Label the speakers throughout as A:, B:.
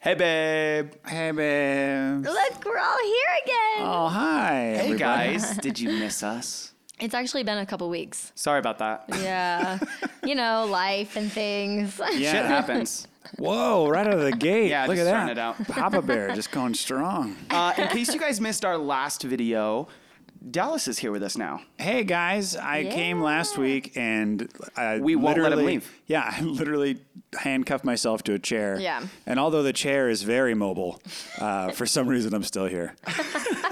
A: Hey, babe.
B: Hey, babe.
C: Look, we're all here again.
B: Oh, hi.
A: Hey,
B: everybody.
A: guys. Did you miss us?
C: It's actually been a couple weeks.
A: Sorry about that.
C: Yeah. you know, life and things.
A: Shit happens.
B: Whoa, right out of the gate.
A: Yeah,
B: Look
A: just
B: at
A: starting
B: that.
A: it out.
B: Papa Bear just going strong.
A: Uh, in case you guys missed our last video, Dallas is here with us now.
B: Hey guys, I came last week and I
A: We won't let him
B: literally-
A: leave.
B: Yeah, I literally handcuffed myself to a chair.
C: Yeah.
B: And although the chair is very mobile, uh, for some reason I'm still here.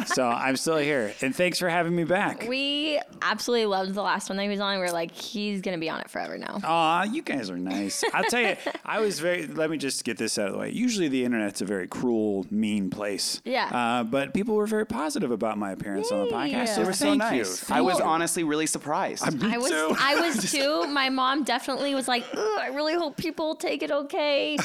B: so I'm still here, and thanks for having me back.
C: We absolutely loved the last one that he was on. We are like, he's going to be on it forever now.
B: Aw, you guys are nice. I'll tell you, I was very. Let me just get this out of the way. Usually, the internet's a very cruel, mean place.
C: Yeah.
B: Uh, but people were very positive about my appearance on the
C: Yay.
B: podcast.
C: They
B: So
A: They were so
B: thank you.
A: nice. I was honestly really surprised.
C: I was I was too. My mom definitely was like, Ooh, I really hope people take it okay.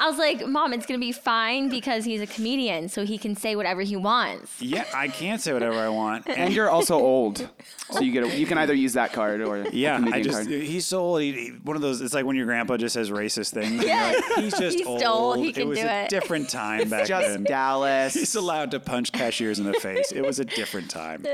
C: I was like, Mom, it's gonna be fine because he's a comedian, so he can say whatever he wants.
B: Yeah, I can say whatever I want.
A: and you're also old, so you get a, you can either use that card or the
B: Yeah, I
A: comedian
B: just
A: card.
B: he's so old. He, he- one of those. It's like when your grandpa just says racist things. Yeah, he's just
C: He's
B: old.
C: still old. He
B: it
C: can
B: was
C: do
B: a
C: it.
B: different time back
A: Just
B: then.
A: Dallas.
B: He's allowed to punch cashiers in the face. It was a different time.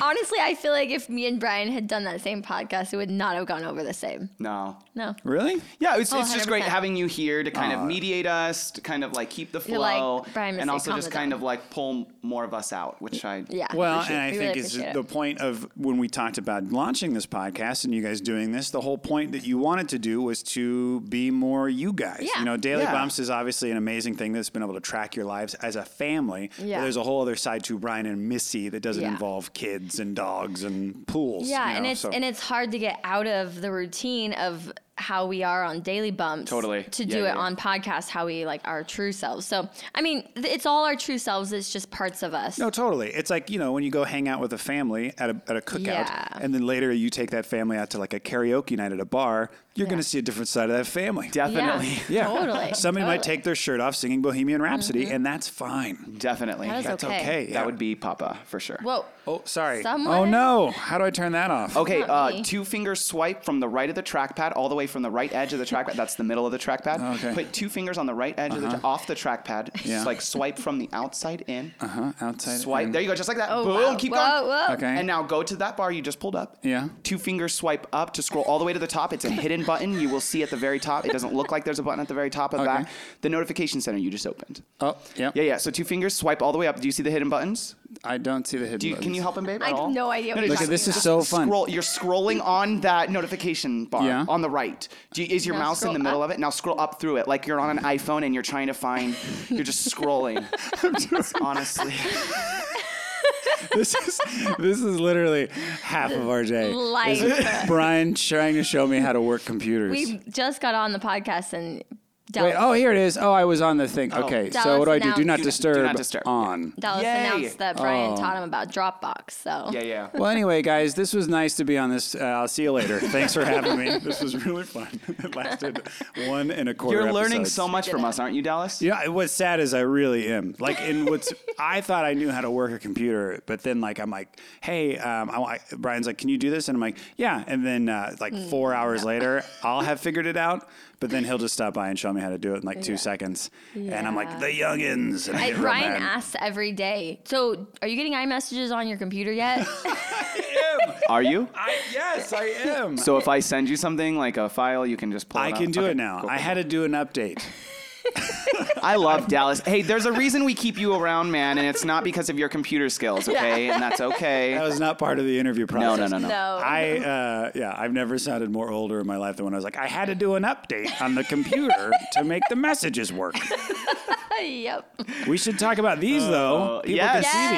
C: Honestly, I feel like if me and Brian had done that same podcast, it would not have gone over the same.
A: no.
C: No.
B: Really?
A: Yeah,
B: Oh,
A: it's, it's just great
C: 100%.
A: having you here to
B: Uh,
A: kind of mediate us, to kind of like keep the
C: You're like,
A: flow,
C: Brian,
A: and
C: Missy,
A: also
C: calm
A: just
C: it
A: kind
C: down.
A: of like pull more of us out, which I
C: Yeah.
B: Well,
C: Appreciate
B: and
C: it.
B: I
C: We
B: think
C: really
B: it's
C: appreciate
B: the point of when we talked about launching this podcast and you guys doing this, the whole point that you wanted to do was to be more you guys.
C: Yeah.
B: You know, Daily
A: Yeah.
B: Bumps is obviously an amazing thing that's been able to track your lives as a family. but
C: Yeah.
B: there's a whole other side to Brian and Missy that doesn't
C: Yeah.
B: involve kids and dogs and pools.
C: Yeah,
B: you
C: and
B: know,
C: it's
B: so-
C: and it's hard to get out of the routine of how we are on daily bumps.
A: Totally.
C: To
A: Yeah,
C: do
A: yeah,
C: it
A: yeah.
C: on podcast, how we like our true selves. So I mean, th- it's all our true selves. It's just parts of us.
B: No, totally. It's like, you know, when you go hang out with a family at a, at a cookout,
C: Yeah.
B: and then later you take that family out to like a karaoke night at a bar, you're going to see a different side of that family.
A: definitely,
B: Yeah.
C: Totally.
B: Somebody might
C: totally.
B: take their shirt off singing Bohemian Rhapsody, and that's fine.
A: definitely.
C: That is
B: That's okay.
C: Okay.
B: yeah.
A: That would be Papa for sure.
C: Whoa.
B: Oh, sorry.
C: Someone-
B: Oh no! How do I turn that off?
A: Okay,
C: Not
A: uh,
C: me.
A: two finger swipe from the right of the trackpad all the way from the right edge of the trackpad. That's the middle of the trackpad.
B: Oh, Okay. Uh-huh.
A: Put two fingers on the right edge of the tra- off the trackpad.
B: Yeah.
A: Just like swipe from the outside in.
B: Uh-huh. Outside.
A: Swipe.
B: in.
A: There you go. Just like that.
C: Oh,
A: Boom.
C: wow.
A: Keep
C: whoa,
A: going.
C: Whoa.
B: Okay.
A: And now go to that bar you just pulled up.
B: Yeah.
A: Two fingers swipe up to scroll all the way to the top. It's a hidden button. You will see at the very top. It doesn't look like there's a button at the very top of that.
B: Okay.
A: The notification center you just opened.
B: Oh, yeah.
A: Yeah, yeah. So two fingers swipe all the way up. Do you see the hidden buttons?
B: I don't see the hidden.
A: Do you, can
B: buttons.
A: you help him, babe?
C: I
A: at
C: have
A: all?
C: no idea what you're
A: just
B: Look at this is
C: Just
B: so fun.
A: Scroll. You're scrolling on that notification bar
B: Yeah.
A: on the right. Do you, is your
C: Now
A: mouse in
C: scroll
A: the middle
C: up.
A: of it? Now scroll up through it, like you're on an iPhone and you're trying to find. You're just scrolling. Honestly,
B: This is this is literally half of our day.
C: Life.
B: Is Brian trying to show me how to work computers.
C: We just got on the podcast and Dallas,
B: Wait. Oh, here it is. Oh, I was on the thing. Okay. so
C: Dallas
B: what do I do?
C: announced-
B: Do not
C: Do not- do
B: disturb.
A: not disturb.
B: On.
C: Dallas
A: Yay.
C: announced that Brian taught him about Dropbox. So
A: yeah, yeah.
B: Well, anyway, guys, this was nice to be on this. Uh, I'll see you later. Thanks for having me. This was really fun. It lasted one and a quarter.
A: You're learning
B: episodes.
A: so much from us, aren't you, Dallas?
B: You know, it- what's sad is I really am. Like, in what's, I thought I knew how to work a computer, but then, like, I'm like, hey, um, I, want- Brian's like, can you do this? And I'm like, yeah. And then, uh, like,
A: Mm.
B: four hours later, I'll have figured it out, but then he'll just stop by and show me how to do it in like two seconds. And I'm like,
C: Yeah.
B: the youngins. And I
C: I,
B: get real
C: Brian
B: mad.
C: asks every day. So, are you getting iMessages on your computer yet?
B: I am.
A: Are you?
B: I, yes, I am.
A: So if I send you something like a file, you can just pull.
B: I
A: it
B: can
A: up?
B: do
A: Okay,
B: it now.
A: cool.
B: I had to do an update.
A: I love Dallas. Hey, there's a reason we keep you around, man, and it's not because of your computer skills, okay? And that's okay.
B: That was not part of the interview
A: No,
B: process.
A: no,
C: Oh,
A: no, no.
C: no.
B: I uh, yeah, I've never sounded more older in my life than when I was like, I had to do an update on the computer to make the messages work.
C: yep.
B: We should talk about these though.
A: Oh,
B: People
A: yes.
B: can see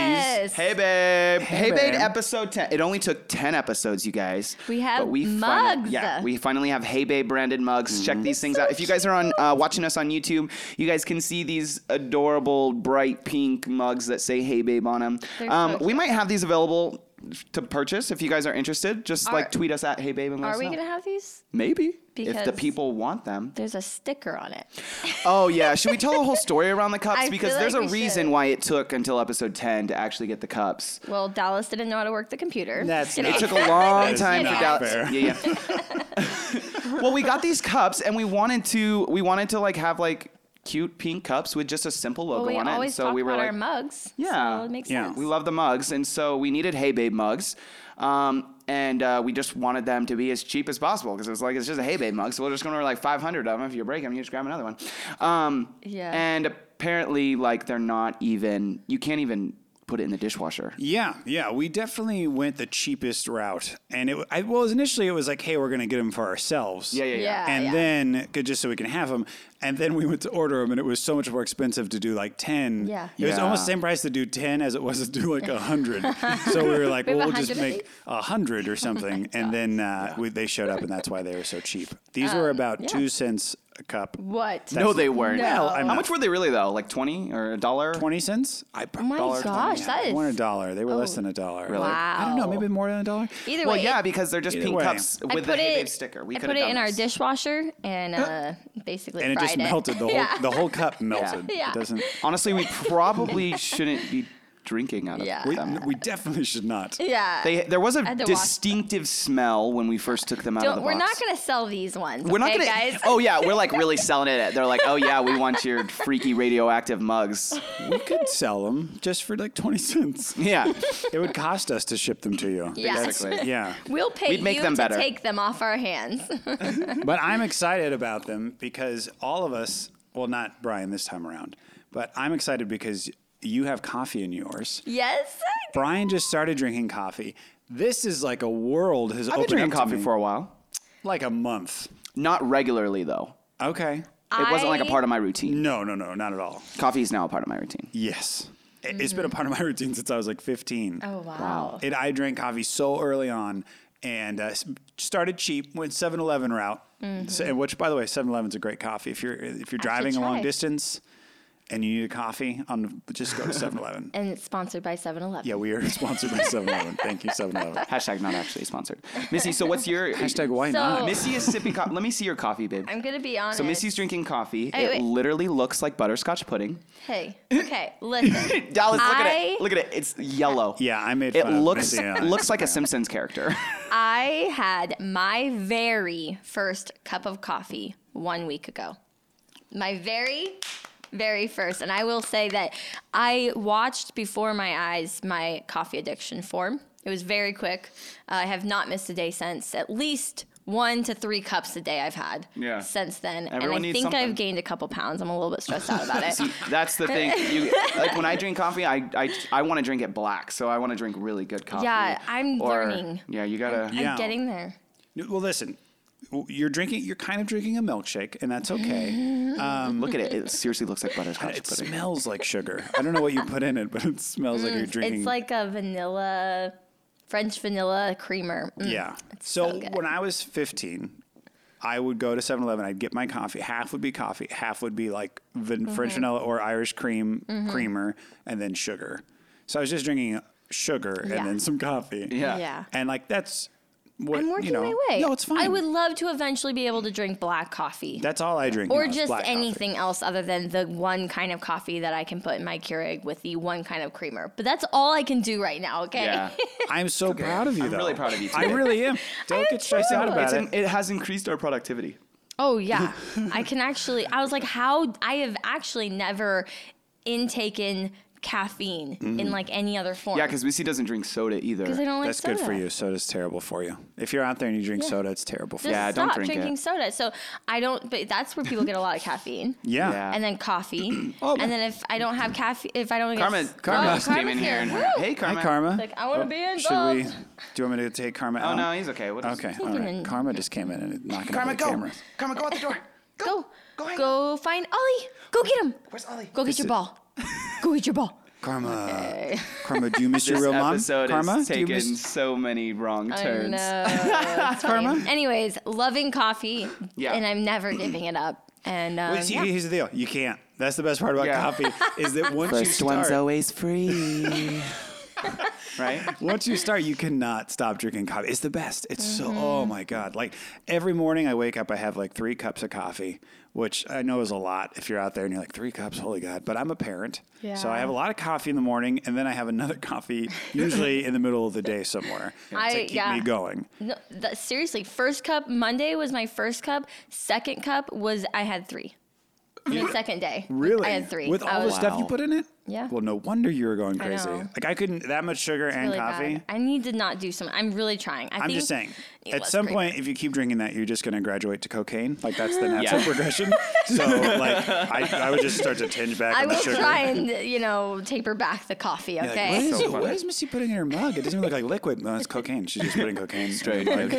C: Yes.
A: Hey babe. Hey, babe.
B: babe.
A: Episode ten. It only took ten episodes, you guys.
C: We have
A: But fin-
C: mugs.
A: yeah, we finally have Hey Babe branded mugs. Check these things out. If you guys are on uh, watching us on YouTube, you guys can see these adorable bright pink mugs that say Hey Babe on them.
C: They're so
A: Um, we
C: cute.
A: might have these available to purchase if you guys are interested. Just
C: Are-
A: like tweet us at Hey Babe and let
C: Are
A: us
C: we
A: know.
C: going to have these?
A: Maybe if the
C: Because-
A: people want them.
C: There's a sticker on it.
A: Oh yeah, should we tell the whole story around the cups?
C: I
A: because
C: feel
A: there's
C: like
A: a
C: we
A: reason
C: should.
A: why it took until episode ten to actually get the cups.
C: Well, Dallas didn't know how to work the computer.
B: That's
C: Kidding.
B: not-
A: It took a long
B: is
A: time for
B: not
A: Dallas.
B: fair.
A: Yeah, yeah. well, we got these cups and we wanted to we wanted to like have like cute pink cups with just a simple logo
C: Well, we
A: on it.
C: always
A: And so
C: talk
A: we were
C: about
A: like,
C: our mugs.
A: Yeah.
C: so it makes
B: Yeah.
C: sense.
A: we love the mugs, and so we needed Hey Babe mugs, um, and uh, we just wanted them to be as cheap as possible because it was like it's just a Hey Babe mug, so we're just going to like 500 of them. If you break them, you just grab another one. Um,
C: Yeah.
A: And apparently, like they're not even. You can't even put it in the dishwasher.
B: Yeah, yeah, we definitely went the cheapest route, and it w- I, well, initially it was like, hey, we're gonna get them for ourselves.
A: Yeah, yeah, yeah.
C: Oh, Yeah.
B: and then good, just so we can have them. And then we went to order them, and it was so much more expensive to do like ten.
C: Yeah.
B: it was
A: Yeah.
B: almost the same price to do ten as it was to do like a hundred. so we were like,
C: We
B: well,
C: have
B: we'll
C: a hundred
B: just
C: of
B: make
C: these?
B: a hundred or something. and then uh, we, they showed up, and that's why they were so cheap. These
C: Um,
B: were about two cents a cup.
C: what?
A: No, they weren't.
C: No. Well, I'm
A: How
B: not-
A: much were they really though? Like twenty or a dollar?
B: Twenty cents? I
C: Oh my gosh, that is
B: one a dollar. They were less
C: Oh.
B: than a dollar.
A: Really?
B: I don't know,
C: Wow.
B: maybe more than a dollar.
C: Either
A: Well,
C: way,
A: yeah,
C: it-
A: because they're just
B: Either
A: pink
B: way.
A: cups
C: I
A: with the
C: put
A: Hey
C: it.
A: Babe sticker. We
C: I
A: could've
C: put it
A: done
C: in our
A: this.
C: dishwasher and uh, basically
B: and it
C: fried
B: just melted. The whole
C: yeah.
B: the whole cup melted.
C: Yeah.
B: It doesn't.
A: Honestly, we probably shouldn't be drinking out of
C: Yeah.
A: yeah.
B: We,
A: them.
B: we definitely should not.
C: yeah.
A: They, there was a
C: had to wash them.
A: distinctive smell when we first took them out of the
C: Don't, we're
A: box.
C: not gonna sell these ones.
A: We're not
C: okay,
A: gonna.
C: guys.
A: Oh yeah, we're like really selling it. They're like, oh yeah, we want your freaky radioactive mugs.
B: We could sell them just for like twenty cents.
A: Yeah,
B: It would cost us to ship them to you.
C: Yeah.
A: basically.
B: Yeah,
C: We'll pay
A: We'd make
C: you
A: them
C: to
A: better.
C: take them off our hands.
B: but I'm excited about them because all of us. Well, not Brian this time around, but I'm excited because you have coffee in yours.
C: yes.
B: Brian just started drinking coffee. This is like a world has
A: I've been
B: opened
A: drinking
B: up to
A: coffee
B: me.
A: for a while.
B: like a month.
A: Not regularly though.
B: Okay.
A: It wasn't like a
C: I-
A: part of my routine.
B: No, no, no, not at all.
A: Coffee is now a part of my routine.
B: Yes. It- It's been a part of my routine since I was like 15.
C: Oh wow.
B: It, I drank coffee so early on and uh, s- started cheap, went 7 Eleven route. S- and which, by the way, 7 Eleven's a great coffee. If you're, if you're
C: Mm-hmm. I should
B: driving a long
C: try.
B: distance and you need a coffee, on, just go to 7 Eleven.
C: And it's sponsored by 7-Eleven.
B: Yeah, we are sponsored by 7 Eleven. Thank you, 7 Eleven.
A: Hashtag not actually sponsored. Missy, so what's your
B: Hashtag why
C: So-
B: not?
A: Missy is sipping coffee. Let me see your coffee, babe.
C: I'm gonna be honest.
A: so Missy's drinking coffee.
C: Hey,
A: it
C: wait.
A: literally looks like butterscotch pudding.
C: Hey. Okay. Listen.
A: Dallas, look at
C: I-
A: it. Look at it. It's yellow.
B: Yeah, I made
A: It
B: fun of
A: looks
B: Missy and I.
A: looks like a Simpsons character.
C: I had my very first cup of coffee one week ago. My very, very first. And I will say that I watched before my eyes my coffee addiction form. It was very quick. Uh, I have not missed a day since. At least one to three cups a day I've had
A: Yeah.
C: since then.
A: Everyone
C: and I
A: needs
C: think
A: something.
C: I've gained a couple pounds. I'm a little bit stressed out about it.
A: That's the thing. You, like when I drink coffee, I I, I want to drink it black, so I want to drink really good coffee.
C: Yeah, I'm
A: Or-
C: learning.
A: Yeah, you gotta.
B: Yeah.
C: I'm getting there.
B: Well, listen, you're drinking, you're kind of drinking a milkshake, and that's okay.
A: Look at it. It seriously looks like butterscotch
B: It
A: pudding.
B: smells like sugar. I don't know what you put in it, but it smells like you're drinking.
C: Mm, It's like a vanilla, French vanilla creamer. Mm.
B: yeah. So,
C: so good.
B: when I was 15, I would go to 7 Eleven. I'd get my coffee. Half would be coffee, half would be like van-
C: Mm-hmm.
B: French vanilla or Irish cream creamer, and then sugar. So, I was just drinking sugar
C: Yeah.
B: and then some coffee.
A: Yeah.
C: Yeah.
B: And like that's what
C: I'm working
B: you know,
C: my way.
B: No, it's fine.
C: I would love to eventually be able to drink black coffee.
B: that's all I drink.
C: or
B: now is
C: just
B: black coffee.
C: anything else other than the one kind of coffee that I can put in my Keurig with the one kind of creamer. But that's all I can do right now, okay?
A: Yeah.
B: I'm so proud of you,
A: I'm
B: though.
A: really proud of you
B: I
A: today.
B: really am. Don't get stressed out
A: It's
B: about it.
A: in- it has increased our productivity.
C: oh, yeah. I can actually, I was like, how? I have actually never intaken caffeine in like any other form.
A: Yeah, because Missy doesn't drink soda either.
C: Because I don't like
B: Mm-hmm. That's
C: soda.
B: good for you. Soda's terrible for you. If you're out there and you drink soda, it's terrible for
C: Just
A: Yeah,
B: you.
A: don't
C: stop
A: drink it.
C: drinking soda. So I don't, but that's where people get a lot of caffeine.
B: Yeah.
A: Yeah.
C: and then coffee.
B: Oh.
C: and then if I don't have caffeine, if I don't get
A: Karma,
C: s-
A: Karma
C: Oh,
A: just came in
C: Karma's
A: here. and
C: Woo!
A: hey,
B: Hi,
A: Karma.
B: Karma.
C: Like I want to be
B: Oh, Should we?
C: involved.
B: Do you want me to take Karma out?
A: Oh no, he's okay. We'll just-
B: Okay. All right.
C: in-
B: Karma just came in and knocking
A: Karma,
B: over the
A: go.
B: camera.
A: Karma, go out the door.
C: Go,
A: Go
C: go,
A: ahead.
C: find Ollie. Go get him.
A: Where's Ollie?
C: Go get your ball. go get your ball.
B: Karma. Karma, do you miss your
A: This
B: real mom?
A: episode
B: Karma,
A: has
B: do you
A: taken
B: miss
A: so many wrong turns.
C: I know.
B: Karma?
C: Karma. Anyways, loving coffee.
A: Yeah.
C: And I'm never giving it up. And um,
B: Wait, see,
C: yeah.
B: here's the deal. You can't. That's the best part about
A: Yeah.
B: coffee is that once you
A: First
B: start,
A: one's always free. right?
B: once you start, you cannot stop drinking coffee. It's the best. It's
C: Mm-hmm.
B: so, oh my God. Like every morning I wake up, I have like three cups of coffee, which I know is a lot if you're out there and you're like, three cups, holy God. But I'm a parent. So I
C: Yeah.
B: have a lot of coffee in the morning and then I have another coffee usually in the middle of the day somewhere
C: I-
B: to keep
C: yeah.
B: me going.
C: No, that, seriously, first cup Monday was my first cup. Second cup was I had three. on the second day.
B: Really?
C: I had three.
B: With all
C: I
B: the
C: was-
B: stuff you put in it?
C: Yeah.
B: Well, no wonder you were going crazy.
C: know.
B: like I couldn't that much sugar and
C: really
B: coffee.
C: bad. I need to not do some. I'm really trying. I
B: I'm
C: think
B: just saying.
C: it
B: At
C: was
B: some
C: great.
B: point, if you keep drinking that, you're just going to graduate to cocaine. Like that's the natural progression. So like, I, I would just start to tinge back
C: I
B: on the
C: will
B: sugar.
C: try and you know taper back the coffee.
B: Like,
C: Okay.
B: what, is
A: So
B: it, what
A: funny.
B: is Missy putting in her mug? It doesn't even look like liquid. No, it's cocaine. She's just putting cocaine.
A: Straight
B: in her mug.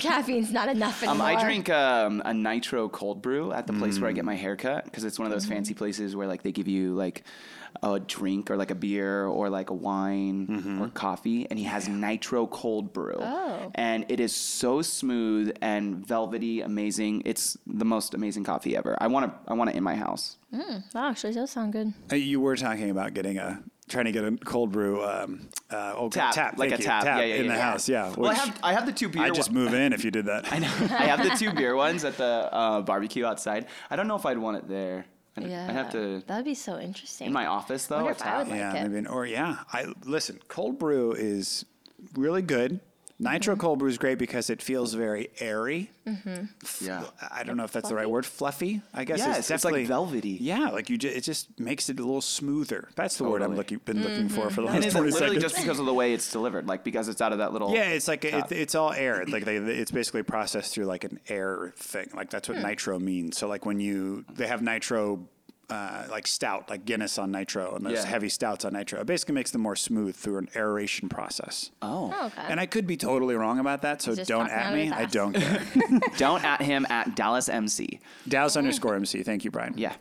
C: Caffeine's not enough
A: Um,
C: anymore.
A: I drink um, a nitro cold brew at the place where I get my hair cut because it's one of those
C: Mm-hmm.
A: fancy places where like they give you like a drink or like a beer or like a wine or coffee, and he has nitro cold brew,
C: Oh.
A: and it is so smooth and velvety, amazing. It's the most amazing coffee ever. I want to I want it in my house.
C: That Oh, actually does sound good.
B: Uh, You were talking about getting a trying to get a cold brew um, uh, old
A: Tap, like
B: thank
A: a
B: you,
A: tap. Yeah, yeah,
B: in
A: yeah,
B: the
A: yeah.
B: house. Yeah,
A: well, I
B: which
A: have I have the two beer.
B: I'd just
A: one-
B: move in if you did that. I know.
A: I have the two beer ones at the uh, barbecue outside. I don't know if I'd want it there. I'd,
C: Yeah.
A: I'd have to
C: That'd be so interesting.
A: in my office though.
C: wonder
A: it's
C: if I
A: hot.
C: would like
B: yeah,
C: it.
B: maybe. an- Or yeah, I listen. Cold brew is really good. Nitro
C: Mm-hmm.
B: cold brew is great because it feels very airy.
A: Yeah.
B: I don't know if that's the right word. Fluffy, I guess.
A: Yes,
B: it's
A: it's like
B: definitely
A: velvety.
B: Yeah, like you, ju- it just makes it a little smoother. That's the word I'm
A: Totally.
B: looking been looking for for the
A: And
B: last
A: is it
B: twenty
A: literally
B: seconds.
A: just because of the way it's delivered? Like because it's out of that little
B: yeah, it's like it, it's all air. It's Like they, it's basically processed through like an air thing. Like that's what nitro means. So like when you they have nitro. Uh, like stout, like Guinness on nitro, and
A: Yeah.
B: those heavy stouts on nitro. It basically makes them more smooth through an aeration process.
C: Oh, okay.
B: And I could be totally wrong about that, so
C: just
B: don't
C: talking
B: at
C: out of
B: me.
C: his
B: I
C: ass.
B: don't care.
A: Don't at him at Dallas MC.
B: Dallas underscore MC. Thank you, Brian.
A: Yeah.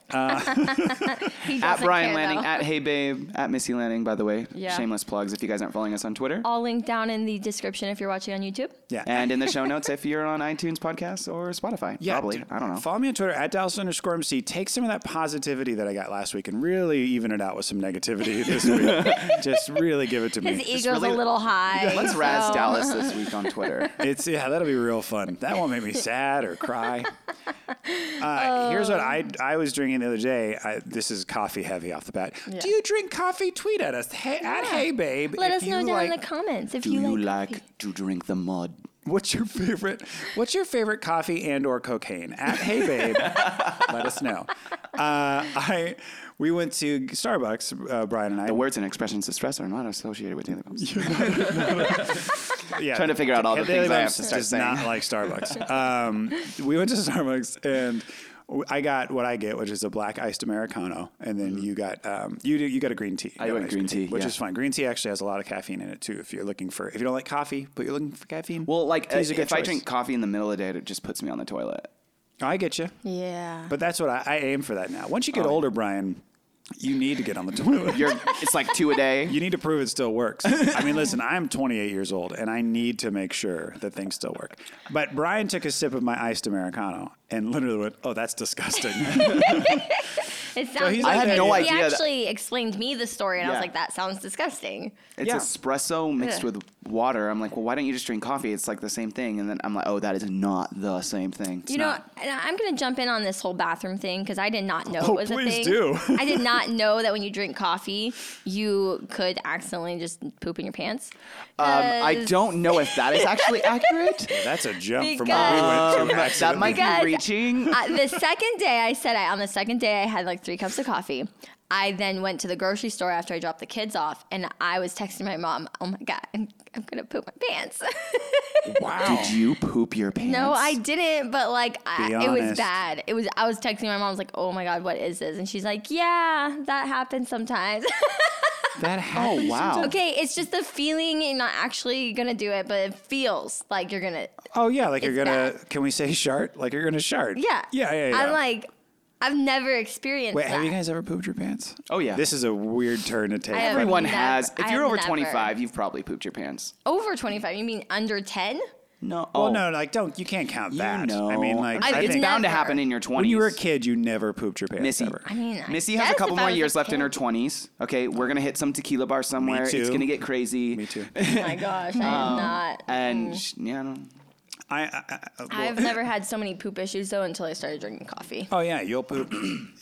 C: He
A: at
C: doesn't
A: Brian
C: care,
A: Lanning,
C: though.
A: at Hey Babe, at Missy Lanning, by the way.
C: Yeah.
A: Shameless plugs if you guys aren't following us on Twitter.
C: I'll link down in the description if you're watching on YouTube.
B: Yeah.
A: And in the show notes if you're on iTunes podcasts or Spotify.
B: Yeah,
A: probably.
B: dude,
A: I don't know.
B: Follow me on Twitter at Dallas underscore MC. Take some of that positivity that I got last week and really even it out with some negativity this week. Just really give it to
C: His
B: me.
C: ego's
A: really-
C: a little high.
A: Let's razz
C: so-
A: Dallas this week on Twitter.
B: It's yeah, that'll be real fun. That won't make me sad or cry. Uh, Here's what I
C: Oh.
B: I was drinking the other day. I, this is coffee heavy off the bat. Do you drink coffee? Tweet at us hey, at Hey Babe.
C: Let
B: if
C: us know
B: you
C: down in
B: like-
C: the comments if
A: Do
C: you,
A: you
C: like.
A: like to drink the mud?
B: What's your favorite? What's your favorite coffee and or cocaine? At Hey Babe, let us know. Uh, I we went to Starbucks, uh, Brian and I.
A: The words and expressions of stress are not associated with daily bumps.
B: yeah,
A: trying to figure out all the
B: Daily
A: things I have
B: Bumps
A: to start
B: does not like Starbucks. Um, we went to Starbucks and w- I got what I get, which is a black iced americano, and then you got um, you do- you got a green tea.
A: Mm-hmm. I
B: You got
A: went
B: an iced
A: green tea,
B: which
A: yeah.
B: is fine. Green tea actually has a lot of caffeine in it too. If you're looking for, if you don't like coffee, but you're looking for caffeine,
A: Well, like, uh,
B: tea's a
A: if
B: good
A: I
B: choice.
A: drink coffee in the middle of the day, it just puts me on the toilet.
B: I get you.
C: Yeah. Oh.
B: But that's what I, I aim for that now. Once you get older, Brian, you need to get on the toilet.
A: You're, it's like two a day.
B: you need to prove it still works. I mean, listen, I'm 28 years old and I need to make sure that things still work. But Brian took a sip of my iced Americano and literally went, Oh, that's disgusting.
C: it sounds
B: he's
C: like
B: I had
C: it.
B: no
A: idea
C: He
A: that-
C: actually explained me the story, and I
A: Yeah.
C: was like, that sounds disgusting.
A: It's
B: Yeah.
A: espresso mixed
C: Ugh.
A: with water. I'm like, well, why don't you just drink coffee? It's like the same thing. And then I'm like, oh, that is not the same thing.
C: you know, and I'm going to jump in on this whole bathroom thing because I did not know
B: Oh,
C: it was a
B: please
C: thing.
B: do.
C: I did not know that when you drink coffee, you could accidentally just poop in your pants.
A: Um,
C: uh,
A: I don't know if that is actually accurate. Um,
B: that's a jump from where we went to.
A: that might be
B: accidentally.
C: Because-
A: reaching.
C: Uh, the second day I said I on the second day I had like three cups of coffee. I then went to the grocery store after I dropped the kids off, and I was texting my mom, "Oh my god, I'm, I'm gonna poop my pants."
B: Wow.
A: Did you poop your pants?
C: no, I didn't, but like I,
B: Be
C: it was
B: honest.
C: bad. It was. I was texting my mom. I was like, "Oh my god, what is this?" And she's like, "Yeah, that happens sometimes."
B: That
A: Oh,
B: happens.
A: wow.
C: okay, it's just the feeling. You're not actually gonna do it, but it feels like you're gonna.
B: Oh, yeah. Like you're
C: It's
B: going to, can we say shart? Like you're going to shart.
C: Yeah.
B: Yeah. Yeah. yeah.
C: I'm like, I've never experienced.
B: Wait,
C: that.
B: have you guys ever pooped your pants?
A: Oh, yeah.
B: This is a weird turn to take.
C: I have-
A: Everyone
C: Never.
A: has. If
C: I
A: you're
C: have
A: over
C: never.
A: 25, you've probably pooped your pants.
C: over 25 you mean under 10
A: No.
B: Well,
A: oh,
B: no, like don't you can't count
A: You
B: that.
A: know.
B: I mean, like
A: it's
B: I
C: it's
B: think
A: bound to
C: Never.
A: happen in your 20s.
B: when you were a kid, you never pooped your pants
A: Missy.
B: ever.
C: i mean I
A: Missy has a
C: guess
A: couple
C: if I
A: more
C: was a
A: years left in
C: kid-
A: her 20s. Okay, we're going to hit some tequila bar somewhere.
B: too.
A: It's going to get crazy.
B: Me too.
C: oh my gosh i am not
A: And sh- yeah, I don't
B: I, I, I well-
C: I've never had so many poop issues though until I started drinking coffee.
B: Oh yeah, you'll poop.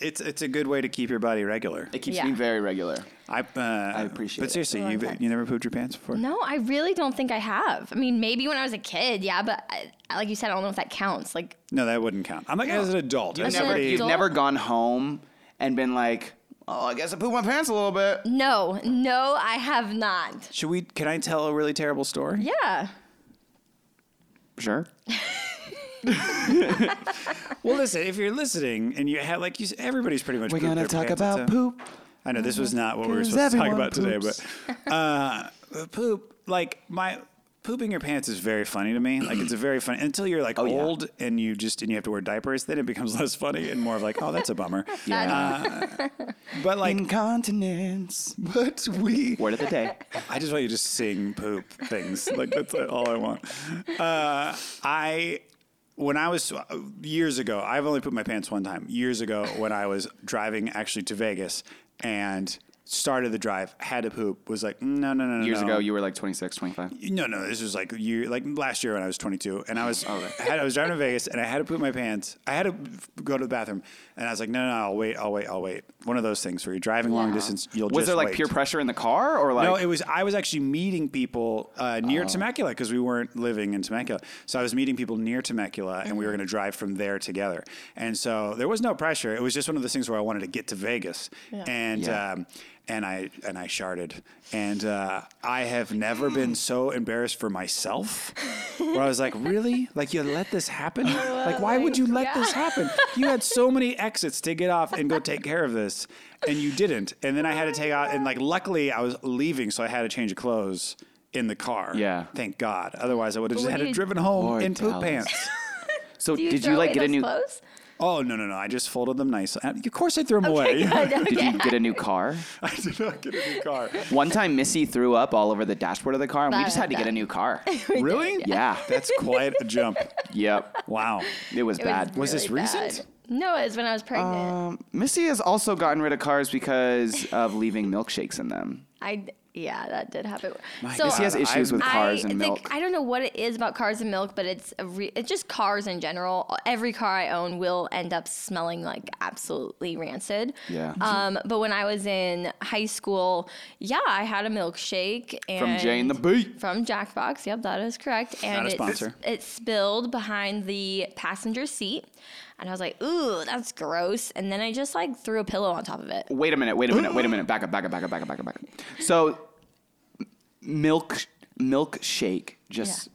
B: it's it's a good way to keep your body regular.
A: It keeps
C: Yeah.
A: me very regular.
B: I uh, I
A: appreciate
B: But
A: it.
B: seriously,
C: I
B: you
C: love that.
B: you never pooped your pants before?
C: No, I really don't think I have. I mean, maybe when I was a kid, yeah, but I, like you said, I don't know if that counts. Like,
B: No, that wouldn't count. I'm like as an adult.
A: You've
B: that's
C: an
A: never,
B: pretty-
A: you've
C: adult-
A: never gone home and been like, oh, I guess I pooped my pants a little bit.
B: Mm.
C: no, no, I have not.
B: Should we? Can I tell a really terrible story?
C: Yeah.
A: Sure.
B: Well, listen, if you're listening and you have like you, s- everybody's pretty much.
A: We're
B: pooped
A: gonna
B: their
A: talk
B: pants at
A: about
B: some-
A: poop.
B: I know this was not what we were
A: 'Cause
B: supposed to talk
A: everyone
B: about today,
A: poops.
B: but uh, poop like my pooping your pants is very funny to me. Like it's a very funny until you're like
A: Oh, yeah.
B: old and you just and you have to wear diapers, then it becomes less funny and more of like, oh, that's a bummer.
A: Yeah.
B: But like,
A: Incontinence.
B: but we
A: Word of the day.
B: I just want you to sing poop things. Like that's all I want. Uh, I when I was years ago, I've only put my pants one time. Years ago, when I was driving actually to Vegas and started the drive, had to poop. Was like "Mm, no, no, no, no.
A: Years
B: no.
A: ago, you were like 26, 25.
B: No, no, this was like year, like last year when I was 22, and I was
A: Oh,
B: I, had, I was driving to Vegas, and I had to poop my pants. I had to go to the bathroom, and I was like, no, no, no I'll wait, I'll wait, I'll wait. One of those things where you're driving long
C: Yeah.
B: distance, you'll
A: Was
B: just
A: there like
B: wait.
A: peer pressure in the car or like? Oh.
B: No, it was. I was actually meeting people uh, near Temecula because we weren't living in Temecula. So I was meeting people near Temecula, and
A: Mm-hmm.
B: we were going to drive from there together. And so there was no pressure. It was just one of those things where I wanted to get to Vegas, and
A: Yeah.
B: um, and I and I sharded, and uh, I have never been so embarrassed for myself. Where I was like, really? Like you let this happen?
A: Oh,
B: Like why would you let this happen? You had so many exits to get off and go take care of this, and you didn't. And then I had to take out, and like luckily I was leaving, so I had to change of clothes in the car.
A: Yeah.
B: Thank God. Otherwise I would have just
C: what
B: had
C: do
B: it
C: you-
B: driven home
A: Lord,
B: in poop
A: Alex.
B: pants.
A: so
C: Do you
A: did
C: throw
A: you like
C: away
A: get a
C: those
A: new?
C: Clothes?
B: oh no no no! I just folded them nicely. Uh, Of course I threw them away.
A: Did you get a new car?
B: I did not get a new car.
A: One time, Missy threw up all over the dashboard of the car, and we
C: That-
A: just had to get
C: that-
A: a new car.
B: really?
A: Yeah.
B: That's quite a jump.
A: yep.
B: Wow.
A: It was
C: It
A: bad.
B: Was this
C: really bad.
B: recent?
C: No, it was when I was pregnant.
A: Um, Missy has also gotten rid of cars because of leaving milkshakes in them.
C: I yeah, that did happen.
B: goodness,
A: She has
B: God,
A: issues
B: I'm-
A: with cars
C: I,
A: and
C: it's
A: milk.
C: Like, I don't know what it is about cars and milk, but it's a re- it's just cars in general. Every car I own will end up smelling like absolutely rancid.
A: Yeah.
C: Um, but when I was in high school, yeah, I had a milkshake and
A: From Jane the Bee.
C: from Jackbox. Yep, that is correct. And
B: a
C: it-
B: sponsor.
C: It, spilled behind the passenger seat, and I was like, "Ooh, that's gross." And then I just like threw a pillow on top of it.
A: Wait a minute. Wait a minute. Wait a minute. Back up. Back up. Back up. Back up. Back up. Back up. So, m- milk milkshake just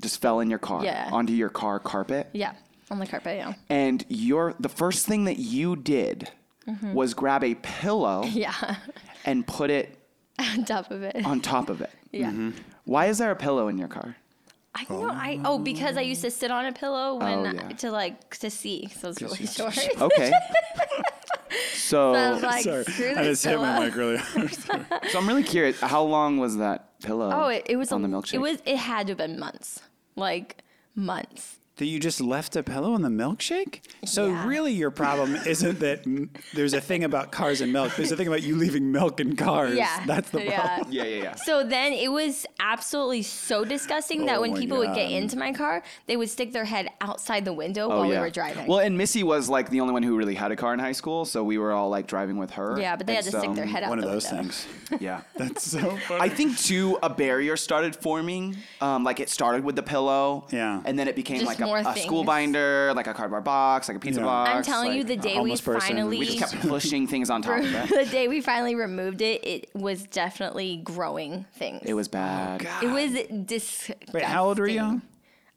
A: just fell in your car
C: Yeah.
A: onto your car carpet,
C: Yeah, on the carpet. Yeah.
A: and your the first thing that you did was grab a pillow
C: Mm-hmm. Yeah,
A: and put it
C: on top of it.
A: on top of it.
C: yeah.
B: mm-hmm.
A: Why is there a pillow in your car?
C: I don't know. I oh because I used to sit on a pillow when
A: Oh, yeah.
C: to like to see. So it's really short.
A: Okay. so,
C: I was like,
B: Oh, Sorry.
C: screw
B: I
C: this
B: just hit
C: pillow.
B: my mic really hard.
A: so I'm really curious. How long was that pillow?
C: oh, it, it was
A: on
C: a,
A: the milkshake.
C: It was it had to have been months, like months.
B: That you just left a pillow in the milkshake? So
C: Yeah.
B: really your problem isn't that m- there's a thing about cars and milk. There's a thing about you leaving milk in cars.
C: Yeah,
B: That's the problem.
C: yeah.
A: yeah, yeah, yeah.
C: So then it was absolutely so disgusting that
B: Oh
C: when
B: my
C: people would get
B: God. Oh,
C: into my car, they would stick their head outside the window while we were driving.
A: Oh, Well, and Missy was like the only one who really had a car in high school, so we were all like driving with her.
C: yeah, but they
A: And
C: had to stick
A: so-
C: their head out
B: um, One of
C: the
B: those
C: window.
B: things.
A: Yeah.
B: That's so funny.
A: I think too a barrier started forming. Um, like it started with the pillow.
B: Yeah.
A: And then it became
C: Just
A: like a,
C: more
A: a school
C: things.
A: binder, like a cardboard box, like a pizza
B: Yeah.
A: box.
C: I'm telling you,
A: like-
C: the day we
B: homeless person.
C: finally
A: we just kept pushing things on top of it.
C: the day we finally removed it, it was definitely growing things.
A: It was
B: Oh,
A: bad.
C: It was disgusting.
B: Wait, how old were you?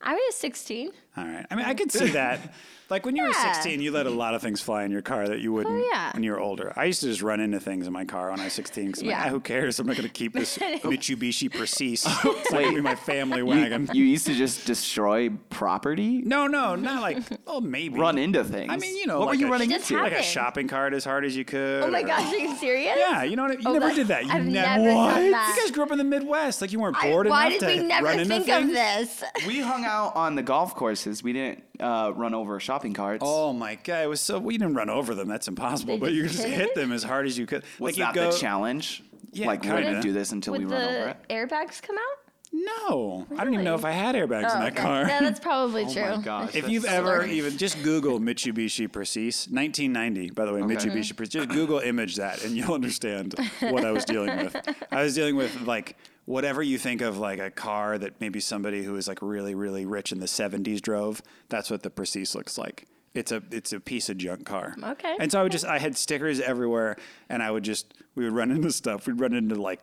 C: I was 16.
B: All right. I mean, I could see that. Like when you were
C: Yeah. Oh,
B: 16, you let a lot of things fly in your car that you wouldn't
C: yeah.
B: when you were older. I used to just run into things in my car when I was 16 because
C: Yeah.
B: who cares? I'm not going to keep this Mitsubishi Precis. It's not going to be my family wagon.
A: You used to just destroy property,
B: No, no, not like. Oh, maybe
A: run into things.
B: I mean, you know,
A: what
B: like
A: were you
B: a-
A: running
C: It just
A: into?
B: like a
C: happened.
B: shopping cart as hard as you could.
C: Oh my
B: or-
C: gosh, are you serious?
B: Yeah, you know what? I, you
C: Oh,
B: never
C: that-
B: did that. You
C: I've
B: ne-
C: never done What? that.
B: You guys grew up in the Midwest. Like you weren't
C: I-
B: bored
C: why
B: enough
C: did
B: to
C: we never
B: run into
C: think
B: things?
C: of this?
A: we hung out on the golf courses. We didn't uh, run over shopping carts.
B: Oh my god! It was so we didn't run over them. That's impossible.
C: They
B: but you
C: just
B: just
C: hit
B: hit them as hard as you could.
A: Was
B: like
A: that
B: you go,
A: the challenge?
B: Yeah,
A: like we're gonna
B: kinda.
A: do this until we
C: Would
A: run over
C: the
A: it.
C: airbags come out?
B: No, I don't even
C: Really?
B: know
C: Oh,
B: if I had airbags in that
C: okay.
B: car.
C: Yeah, that's probably
A: Oh
C: true.
A: my gosh.
B: If you've
A: that's
B: ever
A: hilarious.
B: even just Google Mitsubishi Precis 1990, by the way,
A: Okay.
B: Mitsubishi Precis, just Google image that and you'll understand what I was dealing with. I was dealing with like whatever you think of like a car that maybe somebody who is like really really rich in the 70s drove. That's what the Precis looks like. It's a it's a piece of junk car.
C: Okay.
B: And so I would just I had stickers everywhere, and I would just we would run into stuff. We'd run into like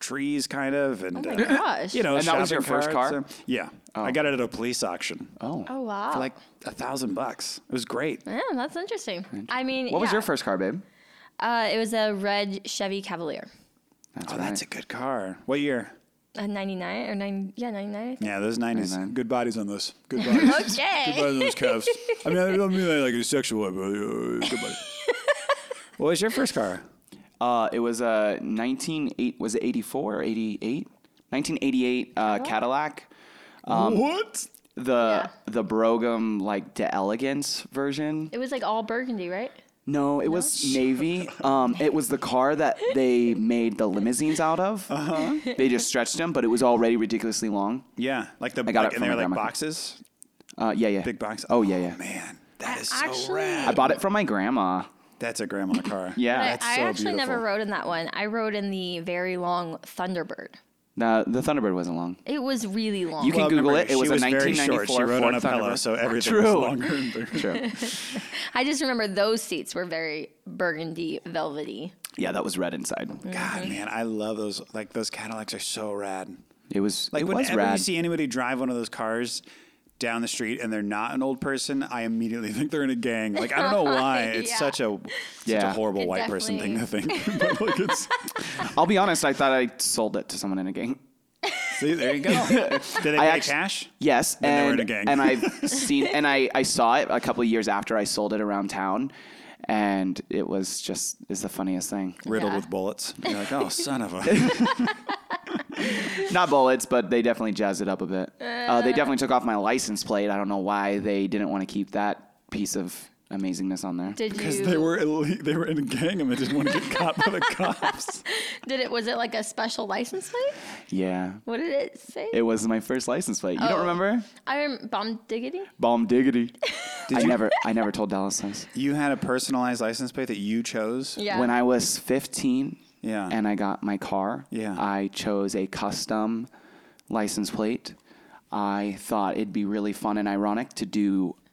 B: trees, kind of, and
C: Oh
B: uh,
C: my gosh.
B: you know,
A: And that was
B: shopping
A: your first
B: carts.
A: car?
B: So- yeah, I got it at a police auction
A: Oh.
C: Oh wow.
B: for like a thousand bucks. It was great.
C: yeah, that's interesting. I mean,
A: What was your
C: yeah.
A: first car, babe?
C: Uh, it was a red Chevy Cavalier,
A: That's
B: oh,
A: right.
B: that's a good car. What year?
C: a '99 or nine, yeah, '99.
B: Yeah, those nineties.
A: 99.
B: Good bodies on those. Good bodies. Good
C: Okay.
B: bodies on those calves. I mean, I don't mean that like a sexual way, but uh, good body. what was your first car?
A: Uh, it was a 19 was it 84 or 88? 1988 uh, Cadillac. Um,
B: what?
A: The
C: Yeah.
A: the Brougham like De Elegance version.
C: It was like all burgundy, right?
A: No, it was navy. Um, it was the car that they made the limousines out of. Uh-huh. They just stretched them, but it was already ridiculously long.
B: Yeah, like the
A: got
B: like,
A: it
B: and
A: from
B: they
A: my
B: were like
A: grandma.
B: boxes,
A: Uh, yeah, yeah.
B: big boxes.
A: Oh yeah, yeah.
B: man, that is so
C: actually-
A: I
B: rad.
A: bought it from my grandma.
B: That's a grandma car.
A: Yeah.
C: I,
B: that's
C: I
B: so
C: actually never
B: beautiful.
C: rode in that one. I rode in the very long Thunderbird.
A: The, the Thunderbird wasn't long.
C: It was really long.
A: You can
B: Well,
A: Google
B: remember,
A: it. It was a
B: she was very short.
A: 1994
B: She rode on a
A: Ford
B: pillow,
A: Thunderbird.
B: so everything was
A: True.
B: longer and bigger.
A: True.
C: I just remember those seats were very burgundy, velvety.
A: Yeah, that was red inside.
B: God, man, I love those. Like those Cadillacs are so rad.
A: It was
B: Like
A: it was
B: whenever you
A: rad.
B: see anybody drive one of those cars down the street and they're not an old person, I immediately think they're in a gang. Like I don't know why. It's
C: Yeah.
B: such a such a
A: Yeah.
B: horrible
C: It
B: white person thing to think. but like it's,
A: I'll be honest. I thought I sold it to someone in a gang.
B: see, there you go. Did they pay
A: actu-
B: cash?
A: Yes,
B: they were
A: and
B: in a gang.
A: and I've seen and I I saw it a couple of years after I sold it around town, and it was just is the funniest thing.
B: Riddled
C: Yeah.
B: with bullets. You're like, oh, son of a.
A: Not bullets, but they definitely jazzed it up a bit. Uh, they definitely took off my license plate. I don't know why they didn't want to keep that piece of amazingness on there.
C: Did
B: Because
C: you?
B: they were ille- they were in a gang and they didn't want to get caught by the cops.
C: did it? Was it like a special license plate?
A: Yeah,
C: What did it say?
A: it was my first license plate. You don't
C: Oh.
A: remember?
C: I rem- bomb diggity.
A: Bomb diggity.
B: Did
A: I
B: you-
A: never I never told Dallas this.
B: You had a personalized license plate that you chose.
C: Yeah.
A: When I was 15
B: Yeah.
A: and I got my car,
B: Yeah.
A: I chose a custom license plate. I thought it'd be really fun and ironic to do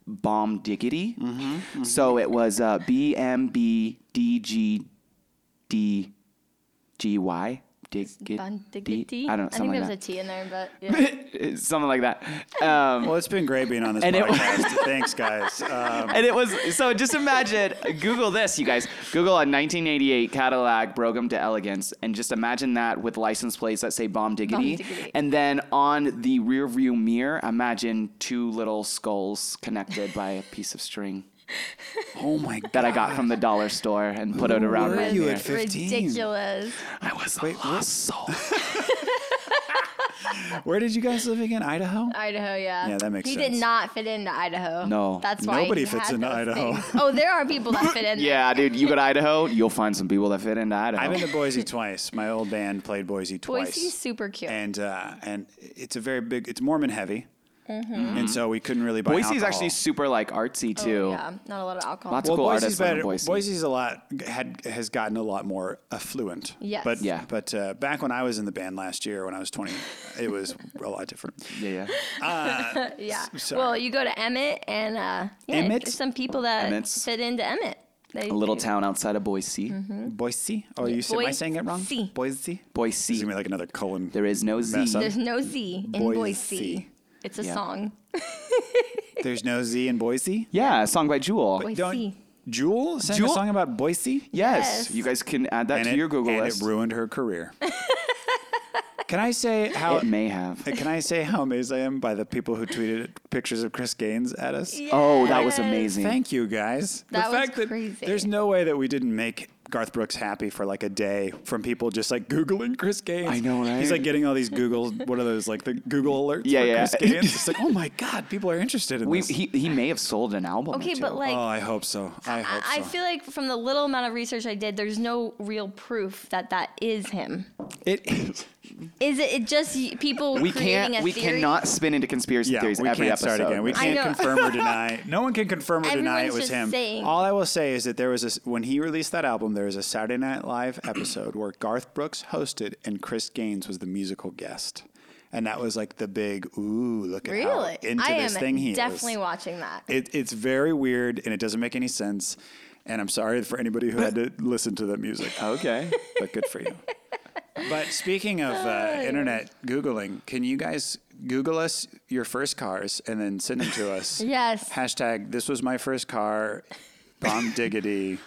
A: bomb diggity.
B: Mm-hmm.
A: So it was uh, BMBDGDGY. Diggity.
C: Bomb diggity.
A: I don't know.
C: I think
A: Something
C: there was
A: like
C: a T in there, but yeah.
A: that. Something like that. Um,
B: Well, it's been great being on this
A: And it was-
B: podcast. Thanks, guys. Um,
A: and it was so just imagine google this you guys google a 1988 cadillac brougham to elegance and just imagine that with license plates that say bomb diggity,
C: diggity.
A: and then on the rear view mirror imagine two little skulls connected by a piece of string
B: oh my god!
A: that i got from the dollar store and put it around
B: were
A: my
B: you
A: mirror.
B: at 15?
C: Ridiculous.
A: i was a lost soul
B: Where did you guys live again? Idaho.
C: Idaho, yeah.
B: Yeah, that makes
C: he He
B: sense.
C: did not fit into Idaho.
A: No.
C: That's why
B: Nobody
C: he
B: fits
C: had
B: into
C: those
B: Idaho.
C: things. Oh, there are people that fit in. there.
A: yeah dude you go to idaho you'll find some people that fit into idaho
B: I've been to Boise twice. My old band played Boise twice.
C: Boise's super cute.
B: and uh, and it's a very big. It's Mormon heavy,
C: Mm-hmm.
B: and so we couldn't really buy.
A: boise's
B: alcohol.
A: actually super like artsy too
C: Oh, yeah, not a lot of alcohol.
A: Lots
B: well,
A: cool
B: Boise's
A: artists live in
B: better-
A: Boise.
B: Boise's a lot had has gotten a lot more affluent.
C: Yes.
B: But
A: Yeah.
B: But uh, back when I was in the band last year, when I was twenty, it was a lot different.
A: yeah yeah
C: yeah.
B: sorry.
C: Well, you go to Emmett and uh, yeah,
B: Emmett?
C: there's some people that
A: Emmett's-
C: fit into Emmett. They,
A: a little town outside of boise
C: Mm-hmm.
B: Boise. Oh, you said, am I saying it wrong?
C: Boise.
B: Boise.
A: boise
B: Give me like another colon.
A: There is no Z.
B: Mess up.
C: There's no Z in
B: Boise.
C: Boise. It's a
A: Yeah.
C: song.
B: There's no Z in Boise.
A: Yeah, a song by Jewel.
C: Boise.
B: Don't Jewel sang a
A: Jewel?
B: song about Boise.
A: yes.
C: Yes.
A: you guys can add that
B: and
A: to
B: it,
A: your Google
B: and
A: list.
B: it ruined her career. Can I say how?
A: It may have.
B: Can I say how amazed I am by the people who tweeted pictures of Chris Gaines at us?
A: Oh, that was
C: Yes.
A: amazing.
B: Thank you guys.
C: That
B: the
C: was
B: fact that
C: crazy.
B: there's no way that we didn't make Garth Brooks happy for like a day from people just like Googling Chris Gaines.
A: I know, right?
B: He's like getting all these Google, what are those, like the Google alerts
A: Yeah,
B: for
A: yeah.
B: Chris Gaines? It's like, oh my God, people are interested in
A: We,
B: this.
A: he, he may have sold an album. or
C: Okay,
A: two.
C: but like.
B: oh, I hope so. I hope
C: I I
B: so.
C: feel like from the little amount of research I did, there's no real proof that that is him.
B: it is.
C: Is it, it just y- people
A: we
C: creating a
A: can't we
C: theory?
A: cannot spin into conspiracy
B: Yeah,
A: theories
B: we
A: every
B: can't
A: episode.
B: start again. We
C: I
B: can't
C: know.
B: confirm or deny. No one can confirm or deny it
C: Everyone's
B: was
C: just
B: him.
C: saying.
B: All I will say is that there was this when he released that album. There was a Saturday Night Live episode where Garth Brooks hosted and Chris Gaines was the musical guest, and that was like the big ooh look at how
C: Really?
B: into
C: I
B: this
C: am
B: thing he
C: definitely
B: is.
C: watching that.
B: It, it's very weird and it doesn't make any sense. And I'm sorry for anybody who had to listen to that music
A: Okay.
B: but good for you. but speaking of uh, internet Googling, can you guys Google us your first cars and then send them to us?
C: Yes.
B: Hashtag this was my first car, bomb diggity.